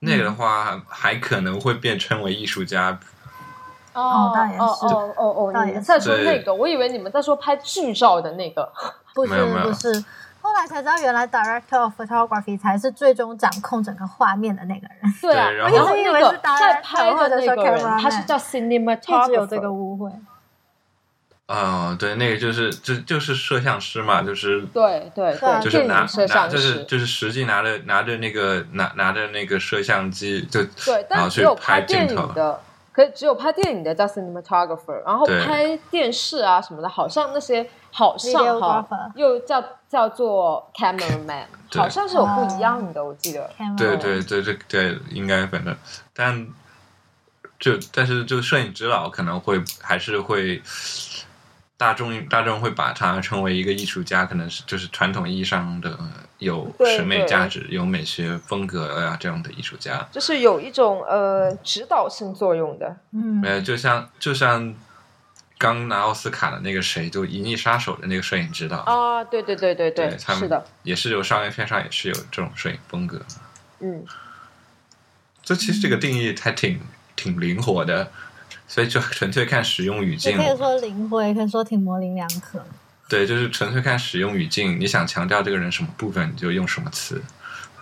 [SPEAKER 4] 那
[SPEAKER 2] 嗯
[SPEAKER 4] 个的话，还可能会被称为艺术家。
[SPEAKER 3] 哦，倒也是，
[SPEAKER 2] 哦哦哦，你们在说那个，我以为你们在说拍剧照的那 个，
[SPEAKER 3] 不是不是。后来才知道，原来 director of photography 才是最终掌控整个画面的那个人。
[SPEAKER 2] 对啊，
[SPEAKER 4] 然
[SPEAKER 2] 后
[SPEAKER 3] 以为是
[SPEAKER 2] 在拍
[SPEAKER 3] 的
[SPEAKER 2] 个
[SPEAKER 3] 那
[SPEAKER 2] 人，他是叫 cinematographer，
[SPEAKER 3] 一直有这个误会。
[SPEAKER 4] 哦，对，那个就是就就是摄像师嘛，就是
[SPEAKER 2] 对啊对
[SPEAKER 3] 啊
[SPEAKER 2] 对，
[SPEAKER 4] 就是拿拿
[SPEAKER 2] 像
[SPEAKER 4] 就是就是实际拿着拿着那个拿拿着那个摄像机就
[SPEAKER 2] 对，但只有拍电影的，可以只有拍电影的叫 cinematographer，然后拍电视啊什么的，好像那些好像哈又叫叫做 cameraman，好像是有
[SPEAKER 3] 哦
[SPEAKER 2] 不一样的，我记得。
[SPEAKER 4] 对对对对对，应该反正但就但是就摄影指导可能会还是会。大众大众会把它称为一个艺术家，可能是就是传统意义上的有审美价值、有美学风格呀、啊、这样的艺术家，
[SPEAKER 2] 就是有一种呃指导性作用的。
[SPEAKER 3] 嗯，
[SPEAKER 4] 呃，就像就像刚拿奥斯卡的那个谁，就《银翼杀手》的那个摄影指导
[SPEAKER 2] 啊，对对对对
[SPEAKER 4] 对，他
[SPEAKER 2] 是的，
[SPEAKER 4] 也是有商业片上也是有这种摄影风格。
[SPEAKER 2] 嗯，
[SPEAKER 4] 这其实这个
[SPEAKER 3] 嗯
[SPEAKER 4] 定义还挺挺灵活的。所以就纯粹看使用语境，
[SPEAKER 3] 可以说灵活，也可以说挺模棱两可。
[SPEAKER 4] 对，就是纯粹看使用语境，你想强调这个人什么部分，你就用什么词。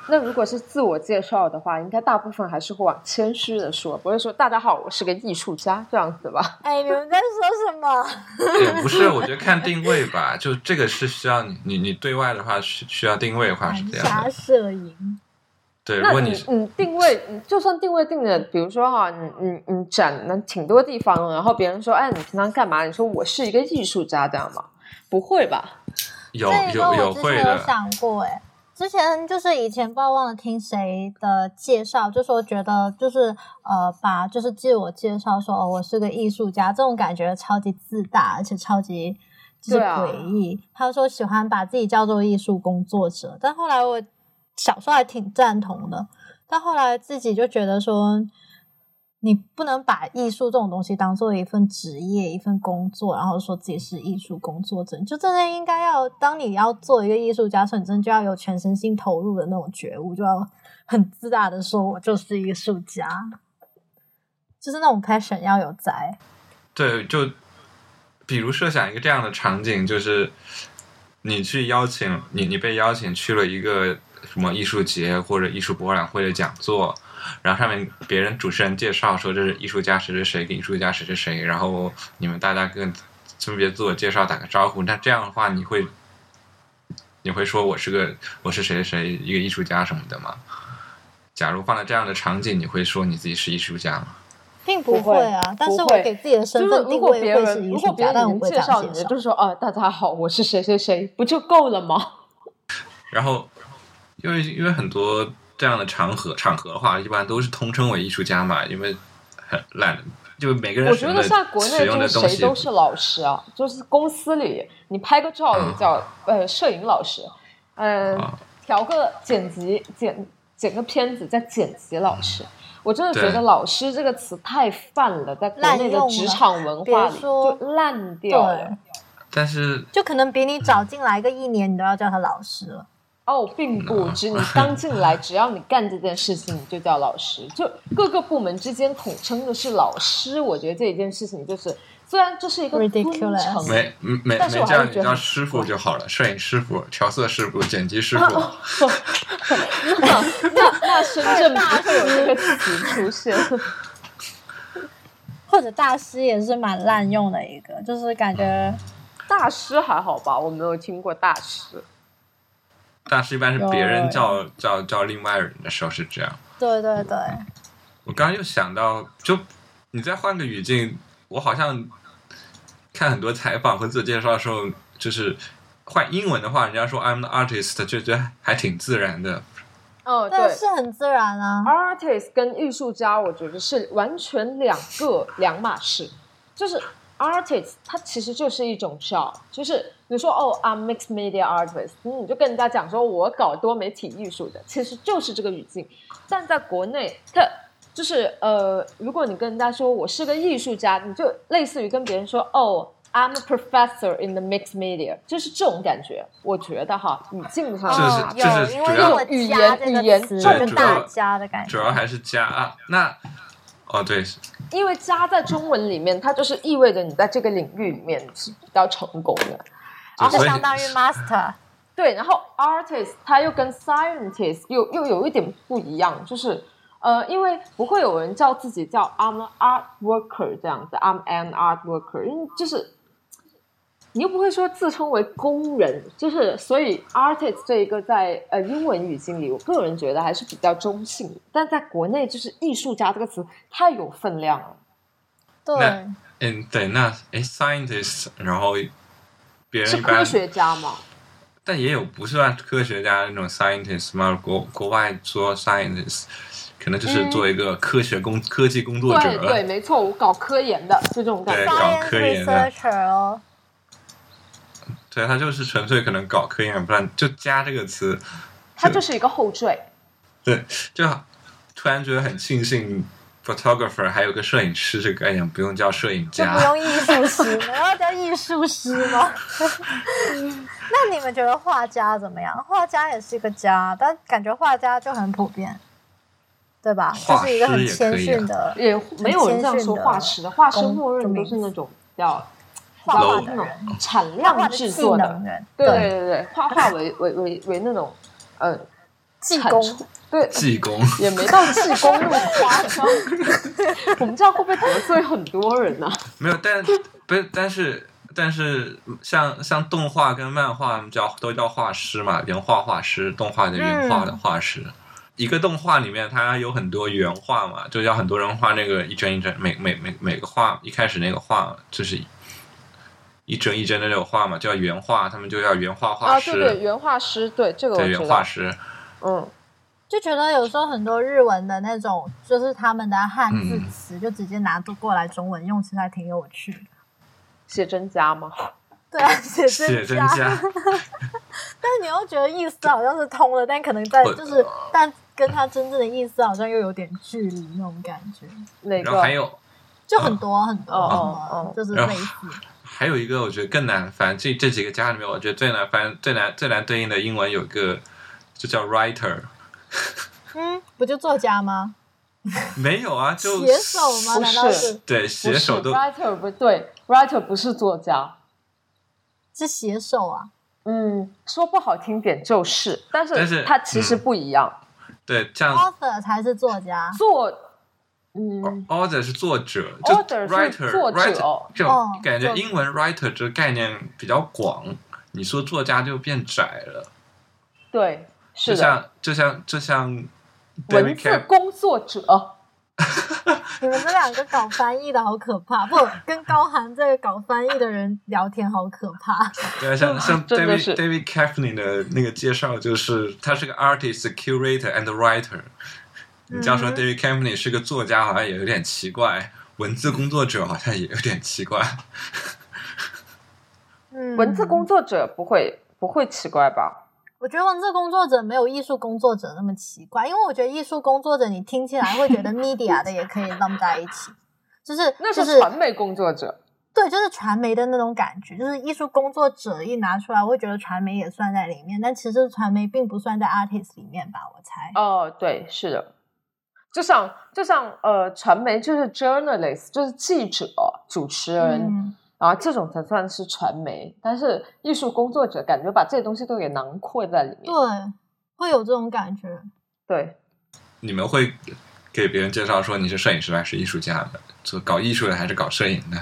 [SPEAKER 2] 那如果是自我介绍的话，应该大部分还是会往谦虚的说，不会说“大家好，我是个艺术家”这样子吧？
[SPEAKER 3] 哎，你们在说什么？
[SPEAKER 4] 也不是，我觉得看定位吧，就这个是需要你你你对外的话需需要定位的话是
[SPEAKER 3] 含
[SPEAKER 4] 这 样
[SPEAKER 3] 沙
[SPEAKER 4] 的，
[SPEAKER 3] 射影，
[SPEAKER 4] 对，如
[SPEAKER 2] 那
[SPEAKER 4] 果
[SPEAKER 2] 你
[SPEAKER 4] 你是
[SPEAKER 2] 你定位，你就算定位定的，比如说哈，你你你展了挺多地方，然后别人说，哎，你平常干嘛？你说我是一个艺术家，这样吗？不会吧？
[SPEAKER 4] 有
[SPEAKER 3] 这个
[SPEAKER 4] 有有
[SPEAKER 3] 我之
[SPEAKER 4] 会
[SPEAKER 3] 前有
[SPEAKER 4] 的，
[SPEAKER 3] 想过哎、之前就是以前不知道忘了听谁的介绍，就说觉得就是呃，把就是自我介绍说哦，我是个艺术家，这种感觉超级自大，而且超级就是
[SPEAKER 2] 对啊
[SPEAKER 3] 诡异。他说喜欢把自己叫做艺术工作者，但后来我小时候还挺赞同的，但后来自己就觉得说，你不能把艺术这种东西当做一份职业、一份工作，然后说自己是艺术工作者，你就真的应该要，当你要做一个艺术家的时候，你真的就要有全身心投入的那种觉悟，就要 很自大的说我就是艺术家，就是那种 passion 要有在。
[SPEAKER 4] 对，就比如设想一个这样的场景，就是你去邀请你你被邀请去了一个什么艺术节或者艺术博览会的讲座，然后上面别人主持人介绍说这是艺术家谁谁谁跟艺术家谁谁谁，然后你们大家跟分别自我介绍打个招呼，那这样的话你会。你会说我是个我是谁谁一个艺术家什么的吗？假如放在这样的场景，你会说你自己是艺术家吗？
[SPEAKER 3] 并不
[SPEAKER 2] 不
[SPEAKER 3] 会
[SPEAKER 2] 会
[SPEAKER 3] 啊，但是
[SPEAKER 2] 不
[SPEAKER 3] 我
[SPEAKER 2] 会
[SPEAKER 3] 给自己的身
[SPEAKER 2] 就是
[SPEAKER 3] 份
[SPEAKER 2] 如
[SPEAKER 3] 定
[SPEAKER 2] 果
[SPEAKER 3] 位
[SPEAKER 2] 别
[SPEAKER 3] 会是
[SPEAKER 2] 人
[SPEAKER 3] 艺
[SPEAKER 2] 如
[SPEAKER 3] 术
[SPEAKER 2] 果别
[SPEAKER 3] 家，但我
[SPEAKER 2] 人
[SPEAKER 3] 不会这
[SPEAKER 2] 介绍
[SPEAKER 3] 样
[SPEAKER 2] 你
[SPEAKER 3] 介，绍
[SPEAKER 2] 就。说啊，大家好，我是谁谁谁，不就够了吗？
[SPEAKER 4] 然后，因为因为很多这样的场合场合的话，一般都是通称为艺术家嘛，因为很懒，就每个人
[SPEAKER 2] 我
[SPEAKER 4] 使
[SPEAKER 2] 觉
[SPEAKER 4] 用
[SPEAKER 2] 得
[SPEAKER 4] 的
[SPEAKER 2] 现在国
[SPEAKER 4] 使
[SPEAKER 2] 内
[SPEAKER 4] 用
[SPEAKER 2] 就
[SPEAKER 4] 的
[SPEAKER 2] 是
[SPEAKER 4] 东
[SPEAKER 2] 谁
[SPEAKER 4] 西
[SPEAKER 2] 都是老师啊，就是公司里你拍个照也叫、呃摄影老师，嗯、
[SPEAKER 4] 嗯啊
[SPEAKER 2] 调个剪辑剪剪个片子叫剪辑老师。我真的觉
[SPEAKER 4] 嗯对
[SPEAKER 2] 得“老师”这个词太泛了，在国内
[SPEAKER 3] 滥
[SPEAKER 2] 的
[SPEAKER 3] 用
[SPEAKER 2] 职
[SPEAKER 3] 了
[SPEAKER 2] 场文化
[SPEAKER 3] 别
[SPEAKER 2] 里就
[SPEAKER 3] 说
[SPEAKER 2] 烂掉
[SPEAKER 3] 对
[SPEAKER 2] 了。
[SPEAKER 4] 但是
[SPEAKER 3] 就可能比你早进来个一年，你都要叫他老师了。
[SPEAKER 2] 哦，并
[SPEAKER 4] 嗯
[SPEAKER 2] 不只你刚进来，只要你干这件事情，你就叫老师。就各个部门之间统称的是老师，我觉得这一件事情就是，虽然这是一个尊
[SPEAKER 3] Ridiculous
[SPEAKER 2] 称，
[SPEAKER 4] 没没
[SPEAKER 2] 但
[SPEAKER 4] 没
[SPEAKER 2] 是我还
[SPEAKER 4] 叫
[SPEAKER 2] 是
[SPEAKER 4] 你
[SPEAKER 2] 觉得
[SPEAKER 4] 叫
[SPEAKER 2] 很
[SPEAKER 4] 师傅就好了，摄影师傅、调色师傅、剪辑师傅，
[SPEAKER 2] 那哦那那深圳不会有这个词出现。
[SPEAKER 3] 或者大师也是蛮滥用的一个，就是感觉
[SPEAKER 2] 大师还好吧，我没有听过大师。
[SPEAKER 4] 但是一般是别人叫叫叫另外人的时候是这样。
[SPEAKER 3] 对对对，
[SPEAKER 4] 我刚刚又想到，就你再换个语境，我好像看很多采访和自我介绍的时候，就是换英文的话，人家说 I'm an artist，就觉得还挺自然的。
[SPEAKER 2] 哦，
[SPEAKER 3] 但
[SPEAKER 2] 对
[SPEAKER 3] 是很自然啊。
[SPEAKER 2] ，artist 跟艺术家，我觉得是完全两个两码事。就是 artist，它其实就是一种 job，就是你说哦，I'm mixed media artist，你就嗯跟人家讲说我搞多媒体艺术的，其实就是这个语境。但在国内，它就是呃，如果你跟人家说我是个艺术家，你就类似于跟别人说哦。I'm a professor in the mixed media，就是这种感觉。我觉得哈，语境上啊
[SPEAKER 4] 这是
[SPEAKER 3] 哦，
[SPEAKER 4] 这
[SPEAKER 3] 有，
[SPEAKER 4] 是
[SPEAKER 3] 因
[SPEAKER 4] 主
[SPEAKER 3] 为
[SPEAKER 4] 要
[SPEAKER 3] 有
[SPEAKER 2] 语
[SPEAKER 3] “家”
[SPEAKER 2] 言
[SPEAKER 3] 这
[SPEAKER 2] 语言
[SPEAKER 3] 个词，
[SPEAKER 2] 对
[SPEAKER 3] 跟
[SPEAKER 4] 主
[SPEAKER 3] 大
[SPEAKER 4] 要
[SPEAKER 3] 家的感
[SPEAKER 4] 主
[SPEAKER 3] 觉。
[SPEAKER 4] 要还是加啊，那哦对，
[SPEAKER 2] 因为家在中文里面，它就是意味着你在这个领域里面是比较成功的。哦
[SPEAKER 4] 就
[SPEAKER 3] 就
[SPEAKER 4] 所以
[SPEAKER 3] 相当于 master，
[SPEAKER 2] 对，然后 artist 它又跟 scientist 又又有一点不一样，就是呃，因为不会有人叫自己叫 I'm an art worker 这样子，I'm an art worker，因为就是你又不会说自称为工人，就是所以 artist 这一个在呃英文语境里，我个人觉得还是比较中性的，但在国内就是艺术家这个词太有分量了。
[SPEAKER 3] 对
[SPEAKER 4] 那嗯对，那哎 scientist，然后别人
[SPEAKER 2] 是
[SPEAKER 4] 一般
[SPEAKER 2] 科学家吗？
[SPEAKER 4] 但也有不算科学家那种 scientist 嘛，国国外说 scientist，可能就是做一个科学工、科技工作者
[SPEAKER 2] 嗯对对，没错，我搞科研的，就这种感
[SPEAKER 4] 对
[SPEAKER 2] 觉。
[SPEAKER 4] 搞
[SPEAKER 3] ，science
[SPEAKER 4] 科研的
[SPEAKER 3] researcher 哦，
[SPEAKER 4] 对他就是纯粹可能搞科研，不然就加这个词，
[SPEAKER 2] 它就是一个后缀，
[SPEAKER 4] 对，就好突然觉得很庆幸，photographer 还有个摄影师这个概念，不用叫摄影
[SPEAKER 3] 就
[SPEAKER 4] 家
[SPEAKER 3] 不，用艺术 师，难道叫艺术师吗？ 那你们觉得画家怎么样？画家也是一个家，但感觉画家就很普遍，对吧？就
[SPEAKER 4] 画
[SPEAKER 3] 是一个
[SPEAKER 4] 师
[SPEAKER 3] 很
[SPEAKER 4] 也
[SPEAKER 3] 谦
[SPEAKER 4] 可以
[SPEAKER 3] 逊
[SPEAKER 4] 啊
[SPEAKER 3] 的
[SPEAKER 2] 也没有人这样说画师的，画师
[SPEAKER 3] 工
[SPEAKER 2] 默认都是那种比较
[SPEAKER 3] 画
[SPEAKER 2] 比较
[SPEAKER 3] 画的
[SPEAKER 2] 那种
[SPEAKER 3] 人，
[SPEAKER 2] 产
[SPEAKER 4] 啊
[SPEAKER 3] 画画
[SPEAKER 2] 量
[SPEAKER 3] 的
[SPEAKER 2] 制
[SPEAKER 3] 技
[SPEAKER 2] 作的
[SPEAKER 3] 能，人，
[SPEAKER 2] 对对对对，画画为为为为那种呃
[SPEAKER 5] 济
[SPEAKER 2] 很
[SPEAKER 5] 公，
[SPEAKER 6] 对，
[SPEAKER 4] 济公，
[SPEAKER 6] 也没到济公那么夸张。
[SPEAKER 2] 我们这样会不会得罪很多人呢、
[SPEAKER 4] 没有，但不是，但是但是像像动画跟漫画叫都叫画师嘛，原画画师，动画的原画的
[SPEAKER 6] 嗯
[SPEAKER 4] 画师。一个动画里面，它有很多原画嘛，就要很多人画那个一帧一帧，每每每每个画一开始那个画就是一帧一帧的那种画嘛，叫原画，他们就叫原画画
[SPEAKER 6] 啊，
[SPEAKER 4] 师，
[SPEAKER 6] 对对，原画师，对这个我
[SPEAKER 4] 对
[SPEAKER 6] 知
[SPEAKER 4] 原
[SPEAKER 6] 道
[SPEAKER 4] 画。师，
[SPEAKER 6] 嗯，
[SPEAKER 3] 就觉得有时候很多日文的那种，就是他们的汉字词，就直接拿过来中文用，其实还挺有趣的。
[SPEAKER 6] 写真家吗？
[SPEAKER 3] 对啊，写
[SPEAKER 4] 写
[SPEAKER 3] 真
[SPEAKER 4] 真
[SPEAKER 3] 家，
[SPEAKER 4] 家。
[SPEAKER 3] 但是你又觉得意思好像是通了，但可能在
[SPEAKER 4] 我
[SPEAKER 3] 就是，但跟他真正的意思好像又有点距离那种感觉，
[SPEAKER 6] 哪
[SPEAKER 4] 然后
[SPEAKER 6] 个
[SPEAKER 4] 还？有
[SPEAKER 3] 就很多很多，
[SPEAKER 6] 哦
[SPEAKER 3] 什么
[SPEAKER 6] 哦
[SPEAKER 3] 就是
[SPEAKER 4] 然
[SPEAKER 3] 类
[SPEAKER 4] 后
[SPEAKER 3] 似。
[SPEAKER 4] 还有一个我觉得更难翻，这这几个家里面，我觉得最难翻、最难最难对应的英文有一个就叫 writer，
[SPEAKER 3] 嗯，不就作家吗？
[SPEAKER 4] 没有啊，就
[SPEAKER 3] 写手吗？
[SPEAKER 2] 不
[SPEAKER 3] 难道
[SPEAKER 2] 是
[SPEAKER 3] 是
[SPEAKER 4] 对
[SPEAKER 2] 不
[SPEAKER 4] 写
[SPEAKER 2] 是
[SPEAKER 4] 手都
[SPEAKER 2] writer 不对，writer 不是作家。
[SPEAKER 3] 是写手啊？
[SPEAKER 2] 嗯，说不好听点就是，但
[SPEAKER 4] 但是
[SPEAKER 2] 是它其实
[SPEAKER 4] 嗯
[SPEAKER 2] 不一样。
[SPEAKER 4] 对这
[SPEAKER 2] 哦
[SPEAKER 4] 样
[SPEAKER 3] author 才是作家。
[SPEAKER 4] 哦
[SPEAKER 2] 作，嗯，
[SPEAKER 4] ，author 是作者，就
[SPEAKER 2] Author 是
[SPEAKER 4] writer
[SPEAKER 2] 作者
[SPEAKER 4] writer 这种
[SPEAKER 3] 哦
[SPEAKER 4] 感觉，
[SPEAKER 3] 作者
[SPEAKER 4] 英文 writer 这个概念比较广，你说作家就变窄了，
[SPEAKER 2] 对，
[SPEAKER 4] 就
[SPEAKER 2] 的，
[SPEAKER 4] 是像就像就像
[SPEAKER 2] 文
[SPEAKER 4] David
[SPEAKER 2] 字
[SPEAKER 4] Cap
[SPEAKER 2] 工作者。哦
[SPEAKER 3] 你们这两个搞翻译的好可怕，不跟高寒这个搞翻译的人聊天好可怕。
[SPEAKER 4] 对 啊，像像
[SPEAKER 2] 真的
[SPEAKER 4] David
[SPEAKER 2] 是
[SPEAKER 4] David Kaplan 的那个介绍，就是他是个 artist、curator and writer。你这样说
[SPEAKER 3] 嗯
[SPEAKER 4] ，David Kaplan 是个作家，好像也有点奇怪；文字工作者好像也有点奇怪。
[SPEAKER 3] 嗯，
[SPEAKER 2] 文字工，作者不会不会奇怪吧？
[SPEAKER 3] 我觉得文字工作者没有艺术工作者那么奇怪，因为我觉得艺术工作者你听起来会觉得 media 的也可以弄在一起，就是
[SPEAKER 2] 那
[SPEAKER 3] 就是
[SPEAKER 2] 传媒工作者，
[SPEAKER 3] 对，就是传媒的那种感觉，就是艺术工作者一拿出来，我会觉得传媒也算在里面，但其实传媒并不算在 artist 里面吧，我猜。
[SPEAKER 2] 哦，对，是的，就像就像呃，传媒就是 journalist，就是记者、主持人，
[SPEAKER 3] 嗯，
[SPEAKER 2] 然后这种才算是传媒。但是艺术工作者感觉把这些东西都给囊括在里
[SPEAKER 3] 对
[SPEAKER 2] 面。，
[SPEAKER 3] 会有这种感觉。
[SPEAKER 2] 对，
[SPEAKER 4] 你们会给别人介绍说你是摄影师还是艺术家的？就搞艺术的还是搞摄影的？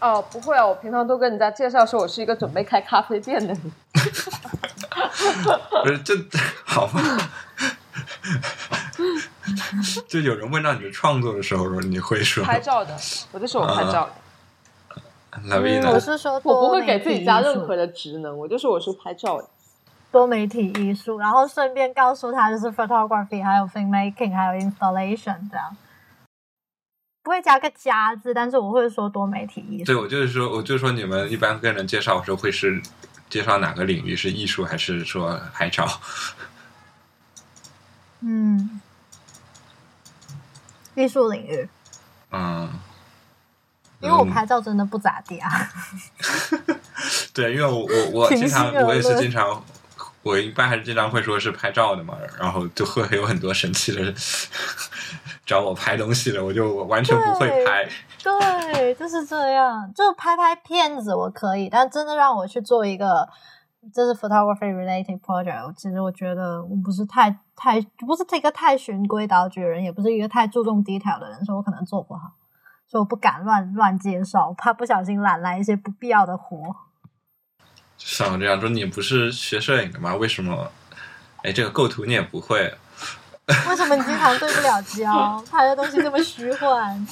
[SPEAKER 2] 哦，不会啊，我平常都跟人家介绍说我是一个准备开咖啡店的人。
[SPEAKER 4] 不是这 好吗？ 就有人问到你的创作的时候，你会说
[SPEAKER 2] 拍照的，我就说我拍照的，
[SPEAKER 4] 拉维
[SPEAKER 3] 嗯我
[SPEAKER 4] 呢？
[SPEAKER 3] 是
[SPEAKER 2] 啊
[SPEAKER 3] 说
[SPEAKER 2] 嗯我不
[SPEAKER 3] 多
[SPEAKER 2] 会
[SPEAKER 3] 媒
[SPEAKER 2] 给自
[SPEAKER 3] 体
[SPEAKER 2] 己加
[SPEAKER 3] 艺
[SPEAKER 2] 任
[SPEAKER 3] 术
[SPEAKER 2] 何的职能，我就说我是拍照的。
[SPEAKER 3] 多媒体艺术，然后顺便告诉他就是 photography，还有 filmmaking，还有 installation 这样。不会加个“加”字，但是我会说多媒体 艺术。
[SPEAKER 4] 对，我就是说，我就说你们一般跟人介绍的时候会是介绍哪个领域是艺术还是说海潮？
[SPEAKER 3] 嗯，艺术领域，
[SPEAKER 4] 嗯，
[SPEAKER 3] 因为我
[SPEAKER 4] 嗯
[SPEAKER 3] 拍照真的不咋地啊。
[SPEAKER 4] 对，因为我我我
[SPEAKER 3] 平
[SPEAKER 4] 经
[SPEAKER 3] 心
[SPEAKER 4] 常
[SPEAKER 3] 而
[SPEAKER 4] 我也是
[SPEAKER 3] 论
[SPEAKER 4] 经常，我一般还是经常会说是拍照的嘛，然后就会有很多神奇的人 找我拍东西的，我就完全不会
[SPEAKER 3] 对
[SPEAKER 4] 拍。
[SPEAKER 3] 对，就是这样。就拍拍片子我可以，但真的让我去做一个就是 photography related project，其实我觉得我不是太太不是一个太循规蹈矩的人，也不是一个太注重 detail 的人，所以我可能做不好，所以我不敢乱乱介绍，我怕不小心揽来一些不必要的活。
[SPEAKER 4] 像我这样说，你不是学摄影的吗？为什么？哎，这个构图你也不会？
[SPEAKER 3] 为什么你经常对不了焦？拍的东西这么虚幻？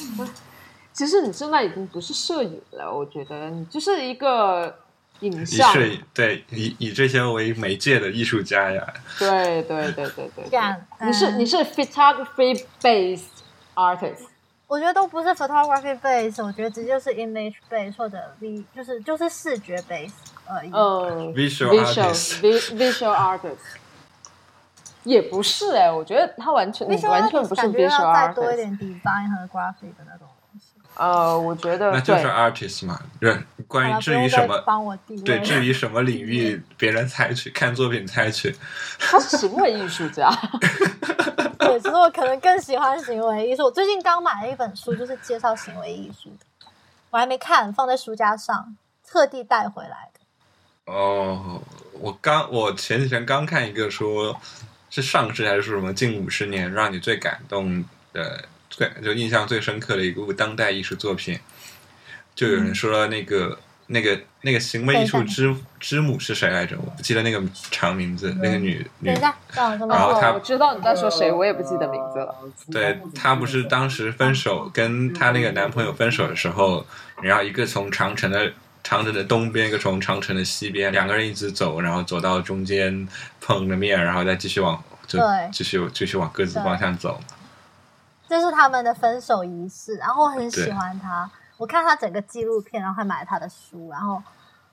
[SPEAKER 2] 其实你现在已经不是摄影了，我觉得你就是一个影
[SPEAKER 4] 以
[SPEAKER 2] 像。
[SPEAKER 4] 摄影对以以这些为媒介的艺术家呀，
[SPEAKER 2] 对对对对对对，
[SPEAKER 3] 感
[SPEAKER 2] 你是你是 photography based artist。
[SPEAKER 3] 我觉得都不是 photography base，我觉得直接是 image base 或者 v 就是就是视觉 base 而已。
[SPEAKER 2] 嗯
[SPEAKER 4] Visual artist
[SPEAKER 2] vi- visual artist 也不是哎、我觉得他完全你
[SPEAKER 3] visual
[SPEAKER 2] 哦完全不是
[SPEAKER 3] artist 感觉
[SPEAKER 2] visual
[SPEAKER 3] 要再多一
[SPEAKER 2] artist。
[SPEAKER 3] 点 design 和 graphic 的那种东西。
[SPEAKER 2] 呃，我觉得
[SPEAKER 4] 那就是
[SPEAKER 2] 对
[SPEAKER 4] artist 嘛。对，
[SPEAKER 3] 好
[SPEAKER 4] 关
[SPEAKER 3] 了
[SPEAKER 4] 于至
[SPEAKER 3] 不
[SPEAKER 4] 于
[SPEAKER 3] 用
[SPEAKER 4] 什
[SPEAKER 3] 再
[SPEAKER 4] 么，
[SPEAKER 3] 帮我定位
[SPEAKER 4] 对，
[SPEAKER 3] 了
[SPEAKER 4] 至于什么领域，别人采取 看作品采取，
[SPEAKER 2] 他是行为艺术 家。
[SPEAKER 3] 对，其实我可能更喜欢行为艺术。我最近刚买了一本书，就是介绍行为艺术的，我还没看，放在书架上，特地带回来的。
[SPEAKER 4] 哦，我刚我前几天刚看一个说是上世还是什么近五十年让你最感动的、最就印象最深刻的一部当代艺术作品，就有人说了那个、那个那个行为艺术之之母是谁来着？我不记得那个长名字，那个女女
[SPEAKER 3] 等一下，让我这么
[SPEAKER 4] 然后
[SPEAKER 3] 说。
[SPEAKER 4] 他
[SPEAKER 2] 我知道你在说谁，我也不记得名字了。
[SPEAKER 4] 对她不是当时嗯分手，跟她那个男朋友分手的时候，然后一个从长城的长城的东边，一个从长城的西边，两个人一直走，然后走到中间碰了面，然后再继续往就
[SPEAKER 3] 对
[SPEAKER 4] 继续继续往各自方向走。
[SPEAKER 3] 这是他们的分手仪式，然后我很喜
[SPEAKER 4] 对
[SPEAKER 3] 欢他，我看他整个纪录片，然后还买了他的书，然后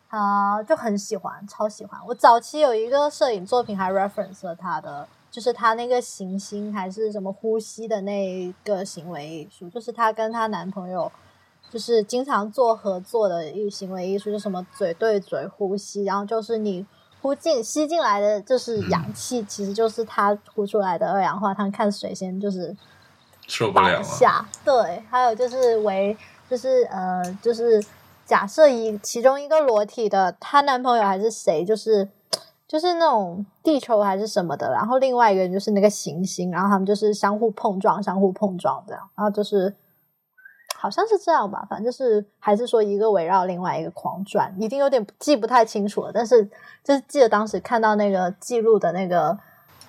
[SPEAKER 3] 啊、呃就很喜欢，超喜欢。我早期有一个摄影作品还 reference 了他的，就是他那个行星还是什么呼吸的那一个行为艺术，就是她跟她男朋友就是经常做合作的一行为艺术，就什么嘴对嘴呼吸，然后就是你呼进吸进来的就是氧气，其实就是他呼出来的二氧化碳，看谁先就是
[SPEAKER 4] 受不
[SPEAKER 3] 绑
[SPEAKER 4] 了啊！
[SPEAKER 3] 下。对，还有就是为就是呃就是假设一其中一个裸体的她男朋友还是谁，就是就是那种地球还是什么的，然后另外一个人就是那个行星，然后他们就是相互碰撞，相互碰撞这样，然后就是。好像是这样吧，反正就是还是说一个围绕另外一个狂转，已经有点记不太清楚了，但是就是记得当时看到那个记录的那个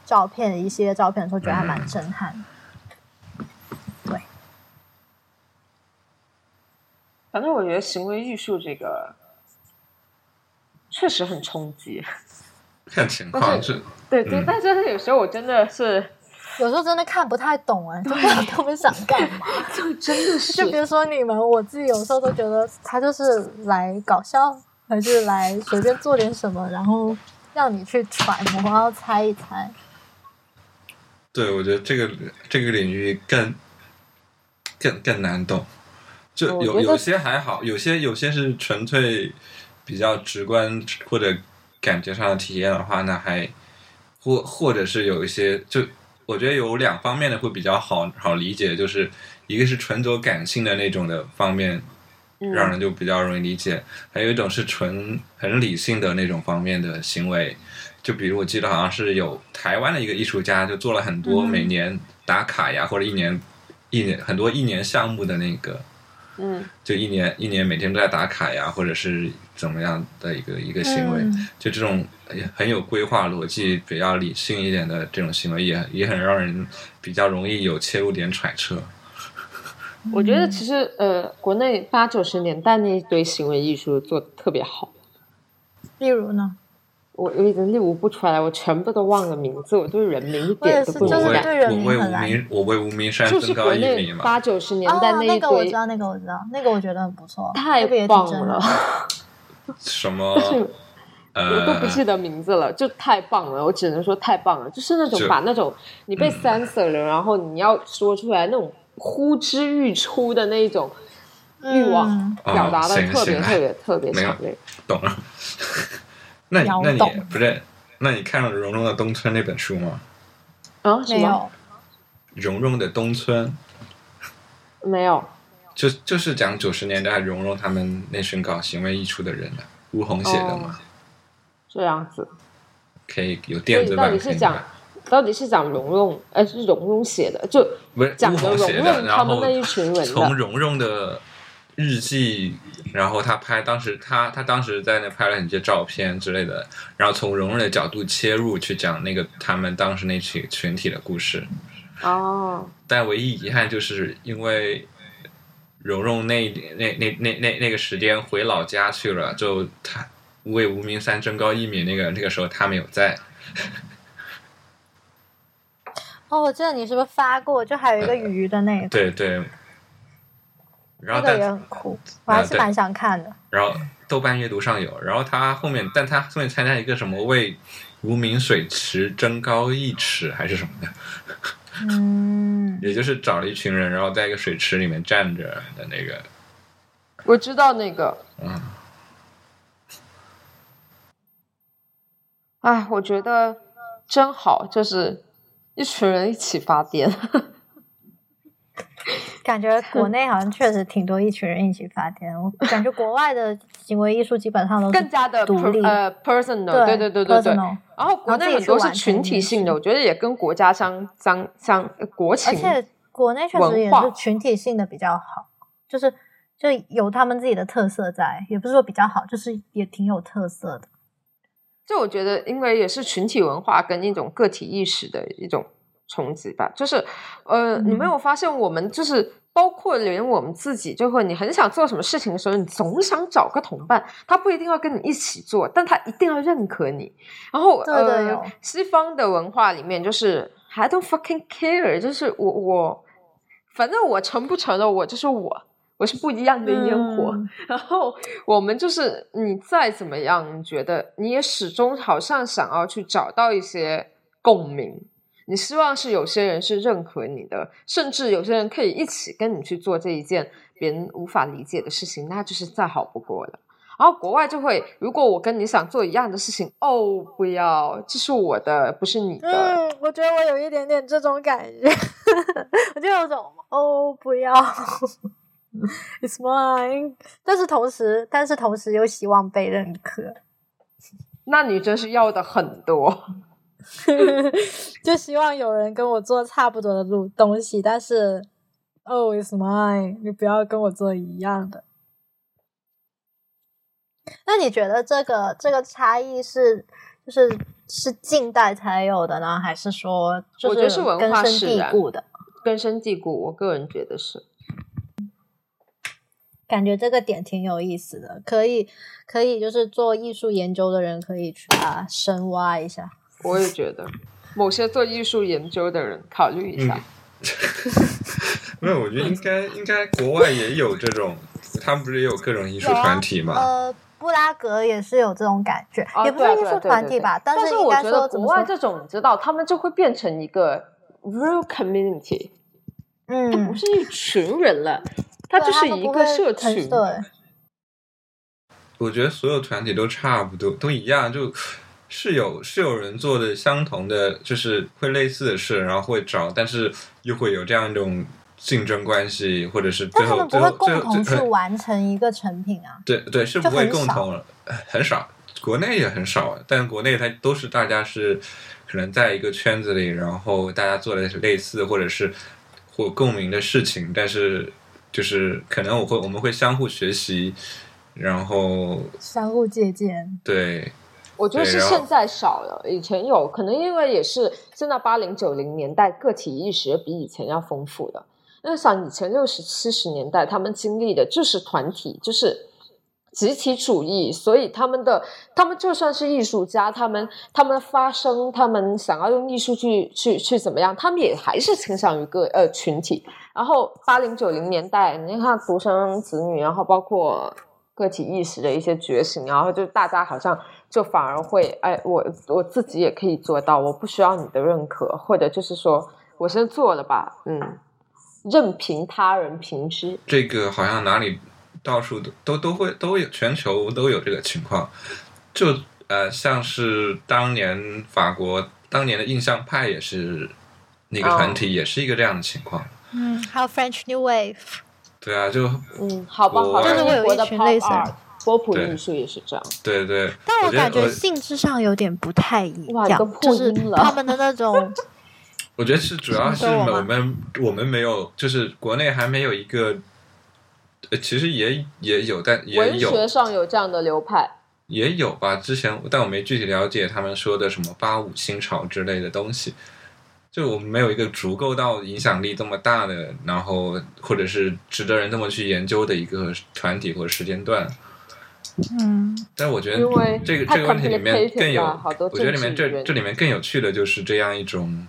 [SPEAKER 3] 照片，一系列照片的时候，觉得还
[SPEAKER 4] 嗯
[SPEAKER 3] 蛮震撼的。
[SPEAKER 2] 反正我觉得行为艺术这个确实很冲击。
[SPEAKER 4] 看情
[SPEAKER 2] 但
[SPEAKER 4] 况
[SPEAKER 2] 是
[SPEAKER 4] 是，
[SPEAKER 2] 对对，
[SPEAKER 4] 嗯
[SPEAKER 2] 但是有时候我真的是，
[SPEAKER 3] 有时候真的看不太懂 哎、就不知道他们想干嘛。
[SPEAKER 2] 就真的
[SPEAKER 3] 就比如说你们，我自己有时候都觉得他就是来搞笑，还是来随便做点什么，然后让你去揣摩，然后猜一猜。
[SPEAKER 4] 对我觉得这个这个领域更更更难懂。就
[SPEAKER 2] 我觉
[SPEAKER 4] 有
[SPEAKER 2] 得
[SPEAKER 4] 有些还好，有些有些是纯粹比较直观或者感觉上的体验的话，那还或或者是有一些，就我觉得有两方面的会比较好好理解，就是一个是纯走感性的那种的方面，
[SPEAKER 2] 嗯
[SPEAKER 4] 让人就比较容易理解；还有一种是纯很理性的那种方面的行为，就比如我记得好像是有台湾的一个艺术家，就做了很多
[SPEAKER 3] 嗯
[SPEAKER 4] 每年打卡呀，或者一年一年很多一年项目的那个。
[SPEAKER 2] 嗯，
[SPEAKER 4] 就一年一年每天都在打卡呀，或者是怎么样的一个一个行为，
[SPEAKER 3] 嗯
[SPEAKER 4] 就这种哎呀很有规划、逻辑、比较理性一点的这种行为也，也很让人比较容易有切入点揣测。
[SPEAKER 2] 嗯我觉得其实呃，国内八九十年代那一堆行为艺术做的特别好，
[SPEAKER 3] 例如呢，
[SPEAKER 2] 我我已经例无不出来，我全部都忘了名字，我对人名一
[SPEAKER 3] 我也
[SPEAKER 2] 点
[SPEAKER 3] 是
[SPEAKER 2] 都不
[SPEAKER 3] 就
[SPEAKER 2] 敏
[SPEAKER 3] 是
[SPEAKER 4] 我
[SPEAKER 2] 感。
[SPEAKER 3] 对
[SPEAKER 4] 为
[SPEAKER 3] 人
[SPEAKER 4] 我
[SPEAKER 3] 民
[SPEAKER 4] 为
[SPEAKER 3] 很
[SPEAKER 4] 无
[SPEAKER 3] 难
[SPEAKER 4] 名我为无名山
[SPEAKER 2] 就是
[SPEAKER 4] 增高
[SPEAKER 2] 国
[SPEAKER 4] 一
[SPEAKER 2] 内
[SPEAKER 4] 米嘛，
[SPEAKER 2] 八九十年
[SPEAKER 3] 哦
[SPEAKER 2] 代，一
[SPEAKER 3] 那个我知
[SPEAKER 2] 堆
[SPEAKER 3] 道，那个我知道，那个我觉得很不错，
[SPEAKER 2] 太
[SPEAKER 3] 那个也挺
[SPEAKER 2] 棒
[SPEAKER 3] 真
[SPEAKER 2] 了
[SPEAKER 3] 的。，
[SPEAKER 4] 什么
[SPEAKER 2] 但是我都不记
[SPEAKER 4] 呃，
[SPEAKER 2] 得名字了，就太棒了，我只能说太棒了，就是那种
[SPEAKER 4] 就
[SPEAKER 2] 把那种你被
[SPEAKER 4] 嗯
[SPEAKER 2] censor 了，然后你要说出来那种呼之欲出的那一种欲望
[SPEAKER 3] 嗯，
[SPEAKER 2] 表达的
[SPEAKER 4] 哦行
[SPEAKER 2] 特别
[SPEAKER 4] 行
[SPEAKER 2] 特别特别
[SPEAKER 4] 没有
[SPEAKER 2] 强烈。
[SPEAKER 4] 懂了。 那你
[SPEAKER 3] 秒
[SPEAKER 4] 那你
[SPEAKER 3] 懂
[SPEAKER 4] 不是？那你看了蓉蓉的《东村》那本书吗？
[SPEAKER 2] 啊，什
[SPEAKER 3] 没
[SPEAKER 2] 么？
[SPEAKER 3] 有，
[SPEAKER 4] 蓉蓉的《东村》
[SPEAKER 2] 没有。
[SPEAKER 4] 就就是讲九十年代蓉蓉他们那群搞行为艺术的人的，吴红写的
[SPEAKER 2] 哦
[SPEAKER 4] 嘛，
[SPEAKER 2] 这样子，
[SPEAKER 4] 可以有
[SPEAKER 2] 所
[SPEAKER 4] 电
[SPEAKER 2] 以
[SPEAKER 4] 子
[SPEAKER 2] 到
[SPEAKER 4] 版
[SPEAKER 2] 底
[SPEAKER 4] 可以
[SPEAKER 2] 是
[SPEAKER 4] 买
[SPEAKER 2] 讲，到底是讲蓉蓉，呃，是蓉蓉写的，就
[SPEAKER 4] 不是
[SPEAKER 2] 讲
[SPEAKER 4] 吴
[SPEAKER 2] 的
[SPEAKER 4] 红
[SPEAKER 2] 蓉
[SPEAKER 4] 写
[SPEAKER 2] 蓉
[SPEAKER 4] 然
[SPEAKER 2] 他们
[SPEAKER 4] 后
[SPEAKER 2] 那一群人
[SPEAKER 4] 从
[SPEAKER 2] 的，
[SPEAKER 4] 蓉蓉的日记，然后他拍当时他他当时在那拍了很些照片之类的，然后从蓉蓉的角度切入去讲那个他们当时那群群体的故事，
[SPEAKER 2] 哦，
[SPEAKER 4] 但唯一遗憾就是因为蓉蓉那那那那那那个时间回老家去了，就他为无名山增高一米那个那个时候他没有在，
[SPEAKER 3] 哦，我记得你是不是发过？就还有一个鱼的那个，
[SPEAKER 4] 对对。
[SPEAKER 3] 那
[SPEAKER 4] 然后
[SPEAKER 3] 个
[SPEAKER 4] 但嗯
[SPEAKER 3] 也很酷，我还是
[SPEAKER 4] 对
[SPEAKER 3] 蛮想看的。
[SPEAKER 4] 然后豆瓣阅读上有，然后他后面，但他后面参加一个什么为无名水池增高一尺还是什么的，
[SPEAKER 3] 嗯，
[SPEAKER 4] 也就是找了一群人，然后在一个水池里面站着的那个，
[SPEAKER 2] 我知道那个，
[SPEAKER 4] 嗯，
[SPEAKER 2] 哎，我觉得真好，就是一群人一起发癫。
[SPEAKER 3] 感觉国内好像确实挺多一群人一起发癫，我感觉国外的行为艺术基本上都是
[SPEAKER 2] 更加的
[SPEAKER 3] 哦独
[SPEAKER 2] per,
[SPEAKER 3] 立，
[SPEAKER 2] 呃 personal，对
[SPEAKER 3] 对
[SPEAKER 2] 对对对对。
[SPEAKER 3] personal
[SPEAKER 2] 然后国
[SPEAKER 3] 然后自
[SPEAKER 2] 内
[SPEAKER 3] 己
[SPEAKER 2] 很多
[SPEAKER 3] 去
[SPEAKER 2] 是
[SPEAKER 3] 完成
[SPEAKER 2] 群
[SPEAKER 3] 这
[SPEAKER 2] 体
[SPEAKER 3] 件
[SPEAKER 2] 性
[SPEAKER 3] 事
[SPEAKER 2] 的，我觉得也跟国家相相相呃国
[SPEAKER 3] 而
[SPEAKER 2] 情，
[SPEAKER 3] 且国内确实也
[SPEAKER 2] 文化
[SPEAKER 3] 是群体性的比较好，就是就有他们自己的特色在，也不是说比较好，就是也挺有特色的。
[SPEAKER 2] 就我觉得，因为也是群体文化跟一种个体意识的一种冲击吧。就是，呃，你
[SPEAKER 3] 嗯
[SPEAKER 2] 没有发现我们就是包括连我们自己，就会你很想做什么事情的时候，你总想找个同伴，他不一定要跟你一起做，但他一定要认可你。然后，
[SPEAKER 3] 对的
[SPEAKER 2] 呃
[SPEAKER 3] 有，
[SPEAKER 2] 西方的文化里面就是 I don't fucking care，就是我我，反正我成不成了，我就是我，我是不一样的烟火。
[SPEAKER 3] 嗯
[SPEAKER 2] 然后我们就是你再怎么样，你觉得你也始终好像想要去找到一些共鸣，你希望是有些人是认可你的，甚至有些人可以一起跟你去做这一件别人无法理解的事情，那就是再好不过了。然后国外就会，如果我跟你想做一样的事情，哦，不要，这是我的，不是你的，
[SPEAKER 3] 嗯，我觉得我有一点点这种感觉， 我就有种哦，不要，It's mine。但是同时，但是同时又希望被认可，
[SPEAKER 2] 那你真是要的很多。
[SPEAKER 3] 就希望有人跟我做差不多的路东西，但是哦，It's mine，你不要跟我做一样的。那你觉得这个这个差异是就是是近代才有的呢，还是说就
[SPEAKER 2] 我觉得是文
[SPEAKER 3] 根
[SPEAKER 2] 化
[SPEAKER 3] 深
[SPEAKER 2] 使
[SPEAKER 3] 蒂
[SPEAKER 2] 然
[SPEAKER 3] 固的？
[SPEAKER 2] 根深蒂固，我个人觉得是。
[SPEAKER 3] 感觉这个点挺有意思的，可以可以就是做艺术研究的人可以去把它深挖一下。
[SPEAKER 2] 我也觉得，某些做艺术研究的人考虑一下。
[SPEAKER 4] 没有，我觉得应该应该国外也有这种，他们不是也有各种艺
[SPEAKER 3] 啊
[SPEAKER 4] 术团体嘛？
[SPEAKER 3] 呃，布拉格也是有这种感觉，
[SPEAKER 2] 啊
[SPEAKER 3] 也不是
[SPEAKER 2] 对啊
[SPEAKER 3] 艺
[SPEAKER 2] 对啊
[SPEAKER 3] 术
[SPEAKER 2] 对
[SPEAKER 3] 团
[SPEAKER 2] 对
[SPEAKER 3] 体
[SPEAKER 2] 对
[SPEAKER 3] 吧，但
[SPEAKER 2] 但
[SPEAKER 3] 是
[SPEAKER 2] 我
[SPEAKER 3] 应该
[SPEAKER 2] 觉
[SPEAKER 3] 说
[SPEAKER 2] 得
[SPEAKER 3] 怎
[SPEAKER 2] 国
[SPEAKER 3] 么
[SPEAKER 2] 外
[SPEAKER 3] 说
[SPEAKER 2] 这种，你知道，他们就会变成一个 real community，不
[SPEAKER 3] 嗯，
[SPEAKER 2] 是一群人了，它
[SPEAKER 3] 对
[SPEAKER 2] 就是
[SPEAKER 3] 们
[SPEAKER 2] 一
[SPEAKER 3] 不
[SPEAKER 2] 个
[SPEAKER 3] 会
[SPEAKER 2] 社
[SPEAKER 3] 很
[SPEAKER 2] 群。
[SPEAKER 3] 对，
[SPEAKER 4] 我觉得所有团体都差不多，都一样，就是有是有人做的相同的，就是会类似的事，然后会找，但是又会有这样一种竞争关系，或者是最
[SPEAKER 3] 但他
[SPEAKER 4] 后
[SPEAKER 3] 们不
[SPEAKER 4] 最
[SPEAKER 3] 会
[SPEAKER 4] 后
[SPEAKER 3] 共
[SPEAKER 4] 最
[SPEAKER 3] 同
[SPEAKER 4] 后
[SPEAKER 3] 去
[SPEAKER 4] 最后
[SPEAKER 3] 完成一个成品啊。
[SPEAKER 4] 对对是
[SPEAKER 3] 就
[SPEAKER 4] 不会
[SPEAKER 3] 很
[SPEAKER 4] 共
[SPEAKER 3] 少
[SPEAKER 4] 同了，很少，国内也很少，但国内它都是大家是可能在一个圈子里，然后大家做的是类似或者是或共鸣的事情，但是就是可能我会我们会相互学习，然后
[SPEAKER 3] 相互借鉴，
[SPEAKER 4] 对。
[SPEAKER 2] 我觉得
[SPEAKER 4] 对
[SPEAKER 2] 是
[SPEAKER 4] 然后
[SPEAKER 2] 现在少了，以前有可能因为也是现在八零九零年代个体意识比以前要丰富的。那想以前六十七十年代他们经历的就是团体，就是集体主义，所以他们的他们就算是艺术家，他们他们发声，他们想要用艺术去去去怎么样，他们也还是倾向于个呃群体。然后八零九零年代，你看独生子女，然后包括个体意识的一些觉醒，然后就大家好像就反而会，哎，我我自己也可以做到，我不需要你的认可，或者就是说我先做了吧，嗯，任凭他人评之。
[SPEAKER 4] 这个好像哪里到处都都都会都有，全球都有这个情况。就呃，像是当年法国当年的印象派也是那个
[SPEAKER 2] 哦
[SPEAKER 4] 团体，也是一个这样的情况。
[SPEAKER 3] 嗯，还有 French New Wave，
[SPEAKER 4] 对啊，就
[SPEAKER 2] 嗯，好吧，
[SPEAKER 4] 我
[SPEAKER 2] 好像
[SPEAKER 4] 就是
[SPEAKER 3] 会
[SPEAKER 2] 英
[SPEAKER 3] 有
[SPEAKER 2] 国的
[SPEAKER 3] 一群类
[SPEAKER 2] pop
[SPEAKER 3] 似的
[SPEAKER 2] art 波普
[SPEAKER 4] 对
[SPEAKER 2] 艺术也是这样。
[SPEAKER 4] 对对，
[SPEAKER 3] 但
[SPEAKER 4] 我
[SPEAKER 3] 感
[SPEAKER 4] 觉
[SPEAKER 3] 觉
[SPEAKER 4] 得
[SPEAKER 3] 性质上有点不太一
[SPEAKER 2] 哇你都
[SPEAKER 3] 样，就
[SPEAKER 2] 破
[SPEAKER 3] 是
[SPEAKER 2] 音了
[SPEAKER 3] 他们的那种
[SPEAKER 4] 我觉得是主要是
[SPEAKER 3] 什么时候啊
[SPEAKER 4] 我们我们没有，就是国内还没有一个，呃，其实也也有，但也
[SPEAKER 2] 文
[SPEAKER 4] 有
[SPEAKER 2] 学上有这样的流派，
[SPEAKER 4] 也有吧，之前但我没具体了解他们说的什么八五新潮之类的东西，就我们没有一个足够到影响力这么大的，然后或者是值得人这么去研究的一个团体或者时间段。
[SPEAKER 3] 嗯，
[SPEAKER 4] 但我觉得
[SPEAKER 2] 因为
[SPEAKER 4] 这个
[SPEAKER 2] 太
[SPEAKER 4] 这个问题里
[SPEAKER 2] complicated
[SPEAKER 4] 面更有
[SPEAKER 2] 了好多，
[SPEAKER 4] 我觉
[SPEAKER 2] 政
[SPEAKER 4] 得里
[SPEAKER 2] 治
[SPEAKER 4] 面这
[SPEAKER 2] 原因啊
[SPEAKER 4] 这里面更有趣的就是这样一种，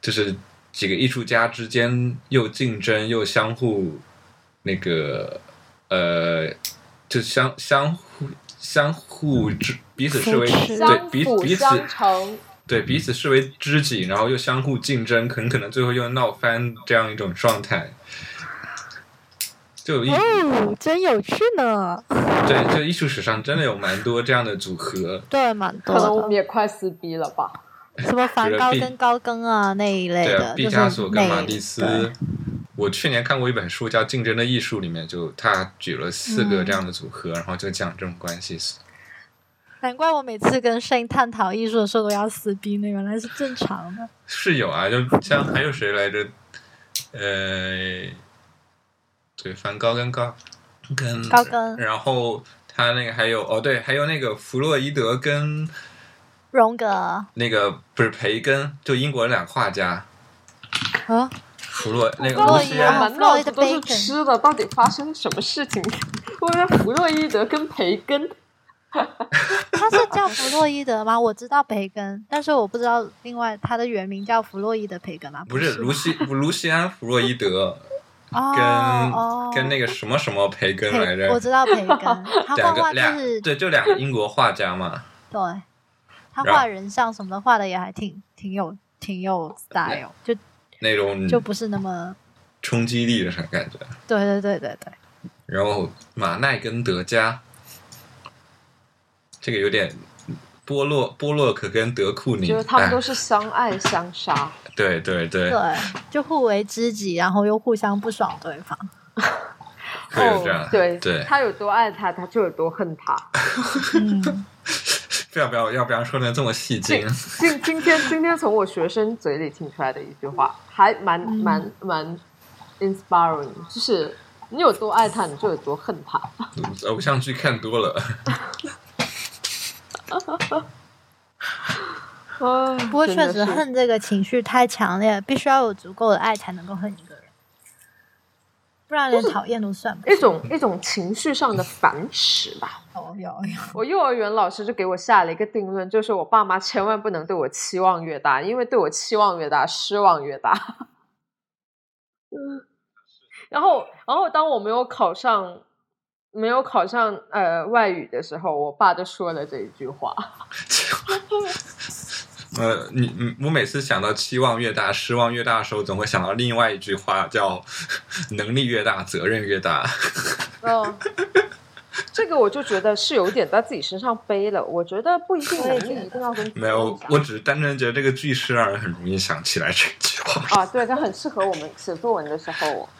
[SPEAKER 4] 就是几个艺术家之间又竞争又相互那个呃，就相相互相互之彼此视为
[SPEAKER 3] 扶持
[SPEAKER 4] 对
[SPEAKER 2] 相
[SPEAKER 4] 彼
[SPEAKER 2] 辅
[SPEAKER 4] 彼此
[SPEAKER 2] 相成。
[SPEAKER 4] 对彼此视为知己，然后又相互竞争，很可能最后又闹翻这样一种状态。就有一
[SPEAKER 3] 哦，真有趣呢，
[SPEAKER 4] 对，就艺术史上真的有蛮多这样的组合，
[SPEAKER 3] 对，蛮多
[SPEAKER 2] 可能我们
[SPEAKER 3] 的，
[SPEAKER 2] 也快撕逼了吧？
[SPEAKER 3] 什么梵
[SPEAKER 4] 觉得
[SPEAKER 3] 高
[SPEAKER 4] 毕
[SPEAKER 3] 跟高更啊那一类
[SPEAKER 4] 对
[SPEAKER 3] 的，
[SPEAKER 4] 啊，
[SPEAKER 3] 就
[SPEAKER 4] 毕
[SPEAKER 3] 是
[SPEAKER 4] 加索跟
[SPEAKER 3] 那
[SPEAKER 4] 马蒂斯
[SPEAKER 3] 对，
[SPEAKER 4] 我去年看过一本书叫《竞争的艺术》，里面就他举了四个这样的组
[SPEAKER 3] 嗯
[SPEAKER 4] 合，然后就讲这种关系。
[SPEAKER 3] 难怪我每次跟 Shane 探讨艺术的时候都要撕逼呢，原来是正常的。
[SPEAKER 4] 是有啊，就像还有谁来着？呃，对，梵高跟高跟
[SPEAKER 3] 高更
[SPEAKER 4] 然后他那个还有哦，对，还有那个弗洛伊德跟
[SPEAKER 3] 荣格啊，
[SPEAKER 4] 那个不是培根，就英国两个画家，弗洛那个
[SPEAKER 3] 弗洛
[SPEAKER 4] 卢
[SPEAKER 3] 伊德
[SPEAKER 4] 西安
[SPEAKER 3] 啊
[SPEAKER 2] 满脑子
[SPEAKER 3] Floyd
[SPEAKER 2] 都是
[SPEAKER 3] Bacon
[SPEAKER 2] 吃的，到底发生什么事情？ 为了弗洛伊德跟培根，
[SPEAKER 3] 他是叫弗洛伊德吗？我知道培根，但是我不知道另外他的原名叫弗洛伊德培根吗？
[SPEAKER 4] 不是
[SPEAKER 3] 吗
[SPEAKER 4] 卢西卢西安弗洛伊德跟、
[SPEAKER 3] 哦哦，
[SPEAKER 4] 跟那个什么什么培根来
[SPEAKER 3] 培，我
[SPEAKER 4] 着，
[SPEAKER 3] 知道培根，他画
[SPEAKER 4] 两个
[SPEAKER 3] 画就
[SPEAKER 4] 俩
[SPEAKER 3] 是
[SPEAKER 4] 对，就两个英国画家嘛。
[SPEAKER 3] 对，他
[SPEAKER 4] 然后
[SPEAKER 3] 画人像什么的画的也还挺挺有挺有 style，就
[SPEAKER 4] 那种
[SPEAKER 3] 就不是那么
[SPEAKER 4] 冲击力的感觉，
[SPEAKER 3] 对对对对对，
[SPEAKER 4] 然后马奈跟德加，这个有点波洛波洛克跟德库宁，
[SPEAKER 2] 就是他们
[SPEAKER 4] 哎
[SPEAKER 2] 都是相爱相杀。
[SPEAKER 4] 对对对，
[SPEAKER 3] 对，就互为知己，然后又互相不爽对方。
[SPEAKER 4] 会有这样，
[SPEAKER 2] 哦对
[SPEAKER 4] 对，
[SPEAKER 2] 他有多爱他，他就有多恨 他。
[SPEAKER 3] 嗯，
[SPEAKER 4] 不要不要要不要说的这么戏精
[SPEAKER 2] 这，今今天今天从我学生嘴里听出来的一句话，还蛮
[SPEAKER 3] 嗯
[SPEAKER 2] 蛮蛮 inspiring，就是你有多爱他，你就有多恨他。
[SPEAKER 4] 呃偶像剧看多了，
[SPEAKER 2] 啊，
[SPEAKER 3] 不过
[SPEAKER 2] 真的
[SPEAKER 3] 确
[SPEAKER 2] 是
[SPEAKER 3] 实恨这个情绪太强烈了，必须要有足够的爱才能够恨一个人，不然连讨厌都算不
[SPEAKER 2] 一种一种情绪上的反噬吧。
[SPEAKER 3] 哦有有有，
[SPEAKER 2] 我幼儿园老师就给我下了一个定论，就是我爸妈千万不能对我期望越大，因为对我期望越大，失望越大。 嗯，然后然后当我没有考上没有考上呃外语的时候，我爸就说了这一句话。
[SPEAKER 4] 呃，你嗯我每次想到期望越大，失望越大的时候，总会想到另外一句话，叫能力越大，责任越大。
[SPEAKER 2] 哦， 这个我就觉得是有点在自己身上背了。我觉得不一定
[SPEAKER 3] 我
[SPEAKER 2] 能
[SPEAKER 3] 也觉
[SPEAKER 2] 力
[SPEAKER 3] 得
[SPEAKER 2] 一定要跟
[SPEAKER 4] 没有，我只是单纯觉得这个句式让人很容易想起来这句话。
[SPEAKER 2] 啊，对，它很适合我们写作文的时候。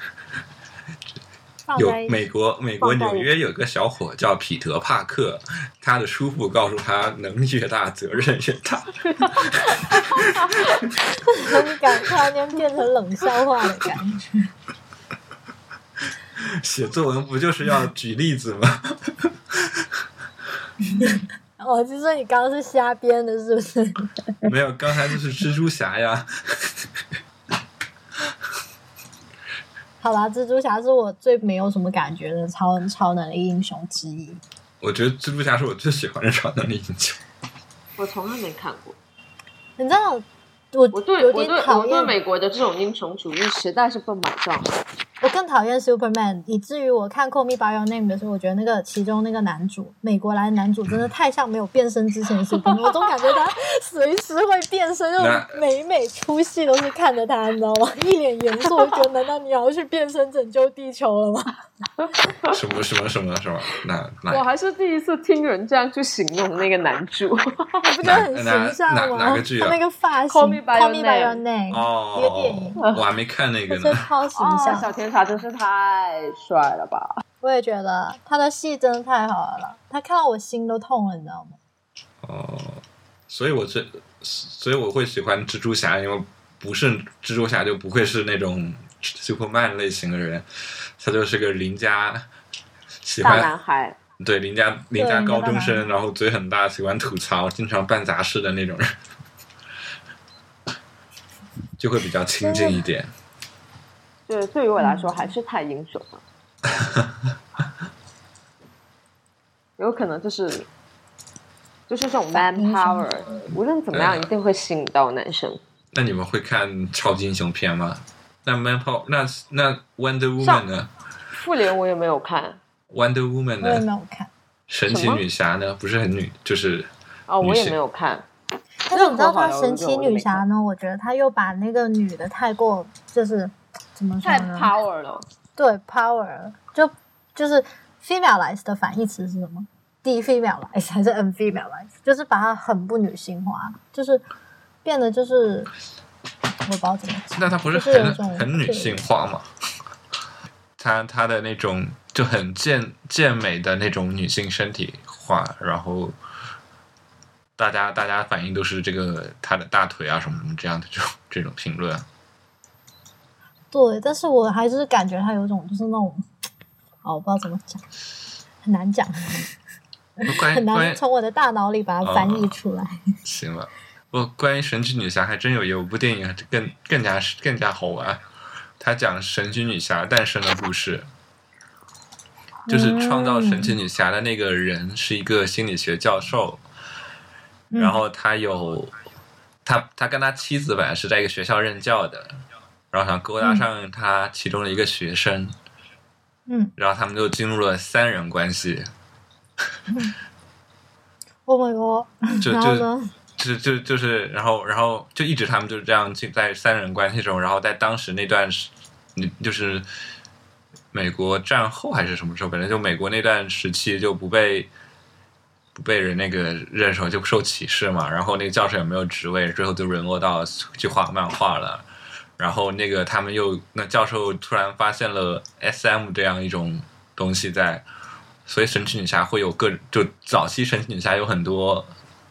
[SPEAKER 3] 放
[SPEAKER 4] 有
[SPEAKER 3] 在一
[SPEAKER 4] 美
[SPEAKER 3] 起，
[SPEAKER 4] 国美国
[SPEAKER 2] 放在
[SPEAKER 4] 纽约有个小伙叫彼得帕克，他的叔父告诉他，能力越大，责任越大。
[SPEAKER 3] 很感突然间变成冷笑话的感觉。
[SPEAKER 4] 写作文不就是要举例子吗？
[SPEAKER 3] 哦，就说你刚刚是瞎编的，是不是？
[SPEAKER 4] 没有，刚才就是蜘蛛侠呀。
[SPEAKER 3] 好啦，蜘蛛侠是我最没有什么感觉的超人超能力英雄之一。
[SPEAKER 4] 我觉得蜘蛛侠是我最喜欢的超能力英雄。
[SPEAKER 2] 我从来没看过。
[SPEAKER 3] 你知道，我
[SPEAKER 2] 我对
[SPEAKER 3] 有
[SPEAKER 2] 我
[SPEAKER 3] 点
[SPEAKER 2] 对我
[SPEAKER 3] 讨
[SPEAKER 2] 对
[SPEAKER 3] 厌
[SPEAKER 2] 美国的这种英雄主义实在是不买账。
[SPEAKER 3] 我更讨厌 Superman，以至于我看《Call Me by Your Name》的时候，我觉得那个其中那个男主，美国来的男主，真的太像没有变身之前的 Superman，我总感觉他随时会变身，
[SPEAKER 4] 那
[SPEAKER 3] 就每每出戏都是看着他，你知道吗？一脸严肃，我觉得难道你要去变身拯救地球了吗？
[SPEAKER 4] 什么什么什么什么？哪哪
[SPEAKER 2] 我还是第一次听人这样去形容那个男主。
[SPEAKER 3] 你不觉得很形象
[SPEAKER 4] 哪
[SPEAKER 3] 吗？
[SPEAKER 4] 哪哪个剧啊
[SPEAKER 3] 他那个发型
[SPEAKER 2] Call Me by
[SPEAKER 3] Call Me
[SPEAKER 2] Your
[SPEAKER 3] by Your
[SPEAKER 2] Name
[SPEAKER 3] Name，、一个电
[SPEAKER 4] 哦
[SPEAKER 3] 影，
[SPEAKER 4] 我还没看那个
[SPEAKER 3] 我觉得
[SPEAKER 4] 呢。
[SPEAKER 3] 超形象。
[SPEAKER 2] 哦，小甜茶真是太帅了吧！
[SPEAKER 3] 我也觉得他的戏真的太好了，他看到我心都痛了，你知道吗？
[SPEAKER 4] 哦，所以我最，所以我会喜欢蜘蛛侠，因为不是蜘蛛侠就不会是那种 Superman 类型的人，他就是个邻家，喜
[SPEAKER 2] 大男
[SPEAKER 4] 欢
[SPEAKER 2] 孩，
[SPEAKER 4] 对邻家邻家
[SPEAKER 3] 对
[SPEAKER 4] 高中
[SPEAKER 3] 那
[SPEAKER 4] 生，然后嘴很大，喜欢吐槽，经常办杂事的那种人，就会比较亲近一点。
[SPEAKER 2] 就是对于我来说还是太英雄了。有可能就是就是这种 man
[SPEAKER 3] 英雄
[SPEAKER 2] power，无论怎么样一定会吸引到男生。
[SPEAKER 4] 那你们会看超级英雄片吗？那 Man Power，那那 Wonder
[SPEAKER 2] 上
[SPEAKER 4] Woman 呢
[SPEAKER 2] 复联我也没有看
[SPEAKER 4] ？Wonder Woman
[SPEAKER 3] 我也没
[SPEAKER 4] 呢？
[SPEAKER 3] 有看。
[SPEAKER 4] 神
[SPEAKER 2] 什
[SPEAKER 4] 奇
[SPEAKER 2] 么
[SPEAKER 4] 女侠呢？不是很女，就是
[SPEAKER 2] 啊、我也
[SPEAKER 4] 女性
[SPEAKER 2] 没有看。
[SPEAKER 3] 但是你知道她神奇女侠呢？我觉得她又把那个女的太过就是怎么说
[SPEAKER 2] 太
[SPEAKER 3] 呢？
[SPEAKER 2] power 了，
[SPEAKER 3] 对 power 了就就是 femalize 的反义词是什么？d femalize 还是 n femalize？就是把它很不女性化，就是变得就是我不知道怎么讲。
[SPEAKER 4] 那她不是
[SPEAKER 3] 就是有
[SPEAKER 4] 很
[SPEAKER 3] 一种
[SPEAKER 4] 很女性化吗？她她的那种就很健健美的那种女性身体化，然后大家大家反应都是这个她的大腿啊什么什么这样的这种这种评论啊，
[SPEAKER 3] 对，但是我还是感觉他有种就是那种，哦，我不知道怎么讲，很难讲，
[SPEAKER 4] 关于
[SPEAKER 3] 很
[SPEAKER 4] 哎关于啊
[SPEAKER 3] 难从我的大脑里把它翻译出来。
[SPEAKER 4] 行吧，不，关于神奇女侠还真有有部电影更更加更加好玩，它讲神奇女侠诞生的故事，就是创造神奇女侠的那个人是一个心理学教授，
[SPEAKER 3] 嗯
[SPEAKER 4] 然后他有他他跟他妻子本来是在一个学校任教的，然后想勾搭上他其中的一个学生，
[SPEAKER 3] 嗯，
[SPEAKER 4] 然后他们就进入了三人关系，
[SPEAKER 3] Oh my god！
[SPEAKER 4] 就
[SPEAKER 3] 然后
[SPEAKER 4] 就
[SPEAKER 3] 呢？
[SPEAKER 4] 就就就是，然后然后就一直他们就是这样进在三人关系中，然后在当时那段时，嗯就是美国战后还是什么时候，反正就美国那段时期就不被不被人那个认识就受歧视嘛，然后那个教授也没有职位，最后就沦落到去画漫画了。然后那个他们又那教授突然发现了 SM 这样一种东西在，所以神奇女侠会有各就早期神奇女侠有很多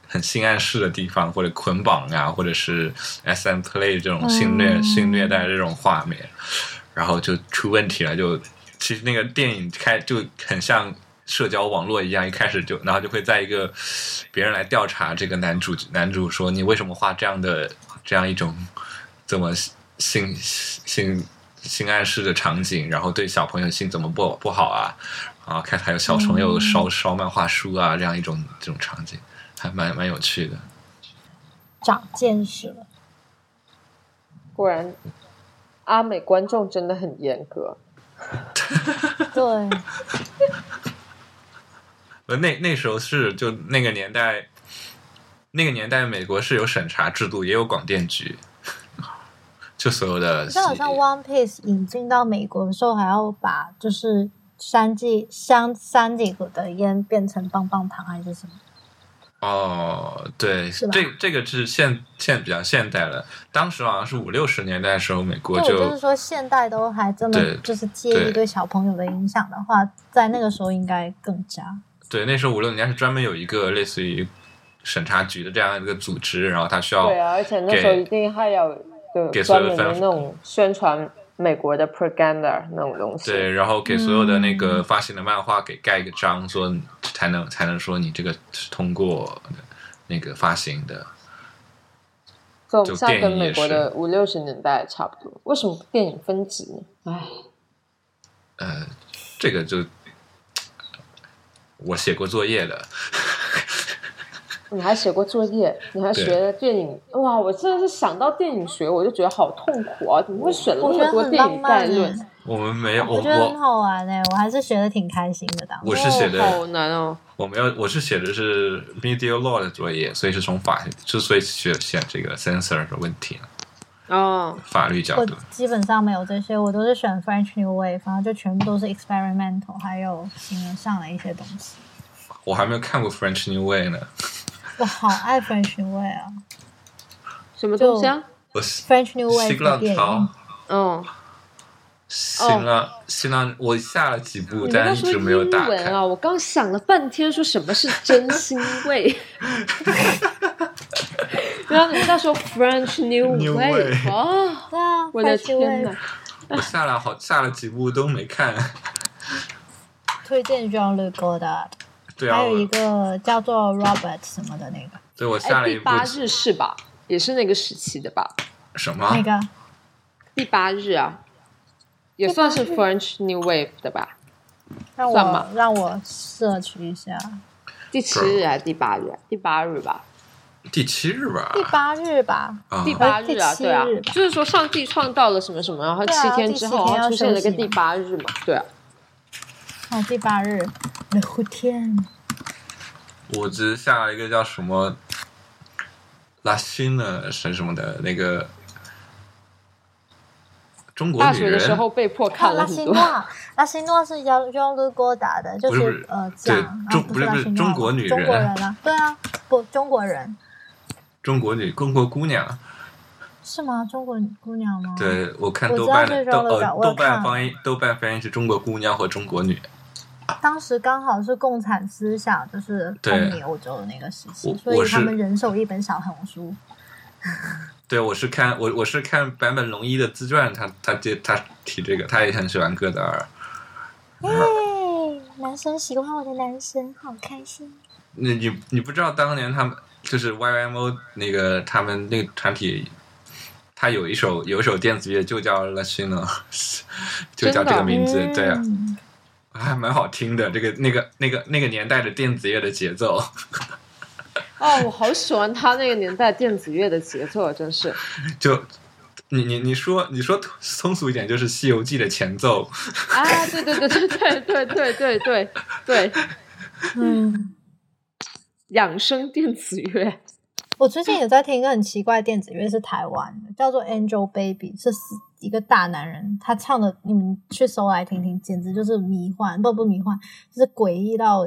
[SPEAKER 4] 很性暗示的地方，或者捆绑啊，或者是 SM play 这种性虐、
[SPEAKER 3] 嗯
[SPEAKER 4] 性虐待这种画面，然后就出问题了。就其实那个电影开就很像社交网络一样，一开始就然后就会在一个别人来调查这个男主男主说你为什么画这样的这样一种这么性性性暗示的场景，然后对小朋友性怎么不不好啊？啊，看还有小朋友烧、烧漫画书啊，这样一种这种场景，还蛮蛮有趣的。
[SPEAKER 3] 长见识了，
[SPEAKER 2] 果然，阿美观众真的很严格。
[SPEAKER 3] 对，
[SPEAKER 4] 呃，那那时候是就那个年代，那个年代美国是有审查制度，也有广电局， 就所有的
[SPEAKER 3] 你知道好像 One Piece 引进到美国的时候，还要把就是山地香山地谷的烟变成棒棒糖还是什么？
[SPEAKER 4] 哦，对，
[SPEAKER 3] 是吧
[SPEAKER 4] 这这个是现现比较现代了。当时好像是五六十年代的时候，美国
[SPEAKER 3] 对，我就是
[SPEAKER 4] 就
[SPEAKER 3] 说，现代都还这么
[SPEAKER 4] 对
[SPEAKER 3] 就是介
[SPEAKER 4] 对
[SPEAKER 3] 意对小朋友的影响的话，在那个时候应该更加。
[SPEAKER 4] 对那时候五六年代是专门有一个类似于审查局的这样一个组织，然后它需要
[SPEAKER 2] 对啊，而且那时候一定还有
[SPEAKER 4] 哦给
[SPEAKER 2] 对
[SPEAKER 4] 所
[SPEAKER 2] 专
[SPEAKER 4] 有的
[SPEAKER 2] 门的
[SPEAKER 4] 粉
[SPEAKER 2] 那种宣传美国的 propaganda 那种东西。
[SPEAKER 4] 对，然后给所有的那
[SPEAKER 3] 嗯
[SPEAKER 4] 个发行的漫画给盖一个章，说才能才能说你这个是通过那个发行的。
[SPEAKER 2] 所以我
[SPEAKER 4] 就
[SPEAKER 2] 们现在
[SPEAKER 4] 电
[SPEAKER 2] 跟
[SPEAKER 4] 影也
[SPEAKER 2] 美国的五六十年代差不多。为什么电影分级呢？唉，
[SPEAKER 4] 呃，这个就我写过作业的，
[SPEAKER 2] 你还写过作业，你还
[SPEAKER 4] 对
[SPEAKER 2] 学了电影，哇！我真的是想到电影学，我就觉得好痛苦啊！怎么会选了
[SPEAKER 3] 我
[SPEAKER 2] 那么
[SPEAKER 3] 觉得
[SPEAKER 2] 多
[SPEAKER 3] 很
[SPEAKER 2] 电
[SPEAKER 3] 浪
[SPEAKER 2] 影
[SPEAKER 3] 漫
[SPEAKER 2] 概
[SPEAKER 3] 欸，
[SPEAKER 2] 论？
[SPEAKER 4] 我们没有，我
[SPEAKER 3] 我觉得很
[SPEAKER 4] 我
[SPEAKER 3] 好玩哎、我还是学的挺开心的。当时
[SPEAKER 4] 我是写的
[SPEAKER 2] 好难哦。
[SPEAKER 4] 我没有，我是写的是 media law 的作业，所以是从法，之所以写写这个 censor 的问题，
[SPEAKER 2] 哦，
[SPEAKER 4] 法律角
[SPEAKER 3] 我
[SPEAKER 4] 度。
[SPEAKER 3] 基本上没有这些，我都是选 French New Wave，然后就全部都是 experimental，还有形而上的一些东西。
[SPEAKER 4] 我还没有看过 French New Way 呢，
[SPEAKER 3] 我好爱 French New Wave 啊
[SPEAKER 2] 什么东西啊？
[SPEAKER 4] 我是
[SPEAKER 3] ，French New Wave
[SPEAKER 4] 新
[SPEAKER 3] 的
[SPEAKER 4] 浪
[SPEAKER 3] 电
[SPEAKER 4] 潮
[SPEAKER 3] 影。。
[SPEAKER 2] 嗯，
[SPEAKER 4] 新浪
[SPEAKER 3] 哦
[SPEAKER 4] 新浪，我下了几部，
[SPEAKER 2] 你们
[SPEAKER 4] 但
[SPEAKER 2] 那
[SPEAKER 4] 一
[SPEAKER 2] 说
[SPEAKER 4] 直
[SPEAKER 2] 英
[SPEAKER 4] 没有打
[SPEAKER 2] 文
[SPEAKER 4] 开。
[SPEAKER 3] 哦
[SPEAKER 2] 啊！我刚想了半天，说什么是真心味。然后你们那时候 French New
[SPEAKER 4] New
[SPEAKER 2] Wave
[SPEAKER 4] Wave
[SPEAKER 2] 啊！
[SPEAKER 3] 对啊
[SPEAKER 2] 我的
[SPEAKER 3] ，French New
[SPEAKER 2] 天哪
[SPEAKER 3] Wave！
[SPEAKER 4] 我下了好下了几部都没看。
[SPEAKER 3] 推荐 John l u g o 的，
[SPEAKER 4] 对啊，
[SPEAKER 3] 还有一
[SPEAKER 4] 我
[SPEAKER 3] 个叫做 Robert 什么的那个，
[SPEAKER 4] 对我下
[SPEAKER 2] 哎，
[SPEAKER 4] 了一
[SPEAKER 2] 第
[SPEAKER 4] 部
[SPEAKER 2] 八日是吧？也是那个时期的吧？
[SPEAKER 4] 什
[SPEAKER 3] 那
[SPEAKER 4] 么？
[SPEAKER 3] 个
[SPEAKER 2] 第八日啊，也算是 French New Wave 的吧？
[SPEAKER 3] 让
[SPEAKER 2] 算吧
[SPEAKER 3] 我让我 search 一下。
[SPEAKER 2] 第七日还是第八日啊？第八日吧，
[SPEAKER 4] 第七日吧
[SPEAKER 3] 第。八日吧，
[SPEAKER 4] 啊
[SPEAKER 2] 第八日啊，
[SPEAKER 3] 第七
[SPEAKER 2] 对啊
[SPEAKER 3] 日，吧
[SPEAKER 2] 就是说上帝创造了什么什么，然后
[SPEAKER 3] 对啊
[SPEAKER 2] 七天之后，
[SPEAKER 3] 第七天
[SPEAKER 2] 然后出现了个
[SPEAKER 3] 要休息
[SPEAKER 2] 第
[SPEAKER 3] 嘛
[SPEAKER 2] 八日嘛，对啊，
[SPEAKER 3] 哦，第八日，我的天，
[SPEAKER 4] 我只下了一个叫什么拉辛呢，什什么的那个中国
[SPEAKER 2] 大
[SPEAKER 4] 女
[SPEAKER 2] 学的时
[SPEAKER 4] 人，
[SPEAKER 2] 候被迫看了
[SPEAKER 3] 拉
[SPEAKER 2] 很
[SPEAKER 3] 辛
[SPEAKER 2] 多，
[SPEAKER 3] 诺， 拉辛诺是叫 John l u g o 打的，就
[SPEAKER 4] 不是不是
[SPEAKER 3] 呃
[SPEAKER 4] 对
[SPEAKER 3] 讲啊
[SPEAKER 4] 中
[SPEAKER 3] 不
[SPEAKER 4] 不是
[SPEAKER 3] 拉
[SPEAKER 4] 不是
[SPEAKER 3] 辛诺
[SPEAKER 4] 中
[SPEAKER 3] 吧
[SPEAKER 4] 国女
[SPEAKER 3] 中国
[SPEAKER 4] 人
[SPEAKER 3] 人啊，对啊，不中国人
[SPEAKER 4] 中国女中国姑娘，
[SPEAKER 3] 是吗？中国姑娘吗？，
[SPEAKER 4] 对我看
[SPEAKER 3] 我
[SPEAKER 4] 豆
[SPEAKER 3] 知道
[SPEAKER 4] 瓣
[SPEAKER 3] 这
[SPEAKER 4] 的
[SPEAKER 3] 周
[SPEAKER 4] 豆
[SPEAKER 3] 的表
[SPEAKER 4] 呃
[SPEAKER 3] 我有
[SPEAKER 4] 豆瓣
[SPEAKER 3] 看
[SPEAKER 4] 翻译豆瓣翻译是中国姑娘或中国女，
[SPEAKER 3] 当时刚好是共产思想就是风
[SPEAKER 4] 对
[SPEAKER 3] 靡欧洲的那个时期
[SPEAKER 4] 我，
[SPEAKER 3] 所
[SPEAKER 4] 我
[SPEAKER 3] 以
[SPEAKER 4] 是
[SPEAKER 3] 他们人手一本小红书。
[SPEAKER 4] 对，我是看我我是看坂本龙一的自传，他他这他提这个，他也很喜欢戈达尔。
[SPEAKER 3] 耶， 男生喜欢我的男生，好开心。
[SPEAKER 4] 那你你不知道当年他们就是 YMO 那个他们那个团体，他有一首有一首电子乐就叫 La China，就叫这个名字，对啊，
[SPEAKER 3] 嗯
[SPEAKER 4] 还蛮好听的。这个那个那个那个年代的电子乐的节奏，
[SPEAKER 2] 哦，我好喜欢他那个年代电子乐的节奏啊，真是。
[SPEAKER 4] 就你你你说你说通俗一点，就是《西游记》的前奏，
[SPEAKER 2] 啊，对对对对对对对对对对，
[SPEAKER 3] 嗯，
[SPEAKER 2] 养生电子乐，
[SPEAKER 3] 我最近也在听一个很奇怪的电子乐，是台湾的，叫做 Angel Baby，是四一个大男人他唱的，你们去搜来听听，简直就是迷幻，不不迷幻，就是诡异到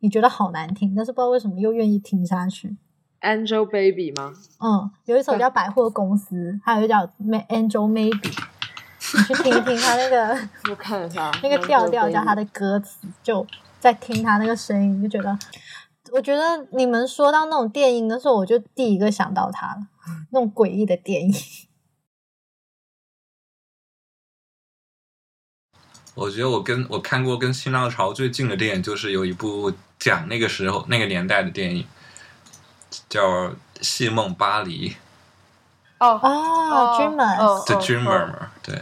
[SPEAKER 3] 你觉得好难听，但是不知道为什么又愿意听下去。
[SPEAKER 2] Angel Baby 吗？
[SPEAKER 3] 嗯，有一首
[SPEAKER 2] 对
[SPEAKER 3] 叫《百货公司》，还有一叫《Ma- Angel Maybe》，你去听一听他那个
[SPEAKER 2] 我看一下
[SPEAKER 3] 那个调调
[SPEAKER 2] Angel
[SPEAKER 3] 加他
[SPEAKER 2] Baby
[SPEAKER 3] 的歌词，就在听他那个声音，就觉得，我觉得你们说到那种电音的时候，我就第一个想到他了， 那种诡异的电音。
[SPEAKER 4] 我觉得我跟我看过跟新浪潮最近的电影，就是有一部讲那个时候那个年代的电影，叫《戏梦巴黎》
[SPEAKER 2] 哦，
[SPEAKER 3] 哦
[SPEAKER 2] 哦
[SPEAKER 3] ，Dreamers，
[SPEAKER 2] 哦
[SPEAKER 4] ，The Dreamer 嘛，对，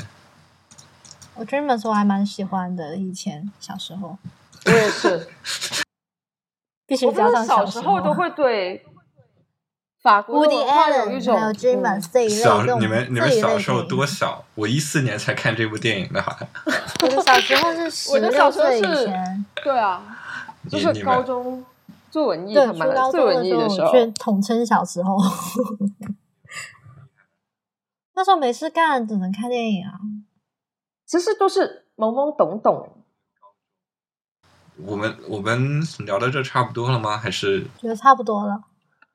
[SPEAKER 3] 我 Dreamers 我还蛮喜欢的，以前小时候
[SPEAKER 2] 我也 是，
[SPEAKER 3] 必须
[SPEAKER 2] 我真
[SPEAKER 3] 加
[SPEAKER 2] 的
[SPEAKER 3] 上
[SPEAKER 2] 小时
[SPEAKER 3] 时
[SPEAKER 2] 候都会 对法国
[SPEAKER 3] Woody
[SPEAKER 2] 文化有一
[SPEAKER 3] Allen
[SPEAKER 2] 种
[SPEAKER 3] 还有 Dreamers 这一类
[SPEAKER 4] 小
[SPEAKER 3] 这种
[SPEAKER 4] 你们你们
[SPEAKER 3] 这一类
[SPEAKER 4] 小时候
[SPEAKER 3] 电影
[SPEAKER 4] 多小？我一四年才看这部电影的，好像
[SPEAKER 3] 我的小时候是十
[SPEAKER 2] 我的
[SPEAKER 3] 六
[SPEAKER 2] 小时候
[SPEAKER 3] 岁以
[SPEAKER 2] 是
[SPEAKER 3] 前，
[SPEAKER 2] 对啊，就
[SPEAKER 4] 你
[SPEAKER 2] 是
[SPEAKER 4] 你
[SPEAKER 2] 高
[SPEAKER 4] 们
[SPEAKER 2] 中做文艺
[SPEAKER 3] 对，
[SPEAKER 2] 他
[SPEAKER 3] 初
[SPEAKER 2] 们
[SPEAKER 3] 高
[SPEAKER 2] 最
[SPEAKER 3] 中
[SPEAKER 2] 文艺
[SPEAKER 3] 的
[SPEAKER 2] 的
[SPEAKER 3] 时
[SPEAKER 2] 时
[SPEAKER 3] 候，
[SPEAKER 2] 候
[SPEAKER 3] 我，却统称小时候。 那时候没事干，只能看电影啊。
[SPEAKER 2] 其实都是懵懵懂懂。
[SPEAKER 4] 我们我们聊到这差不多了吗？还是
[SPEAKER 3] 觉得差不多了。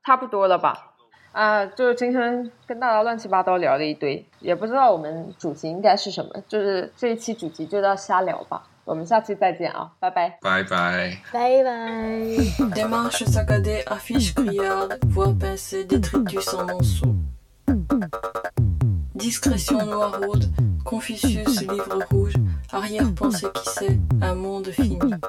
[SPEAKER 2] 差不多了吧？啊、就是今天跟大家乱七八糟聊了一堆，也不知道我们主题应该是什么，就是这一期主题就叫瞎聊吧。我们下期再见啊，拜拜。
[SPEAKER 4] 拜拜？
[SPEAKER 3] 拜拜。
[SPEAKER 1] Des marches saccadées, affiches criardes, vois passer détritus en monceau. Discrétion noiraude, Confucius livre rouge, arrière-pensée qui sait, un monde fini.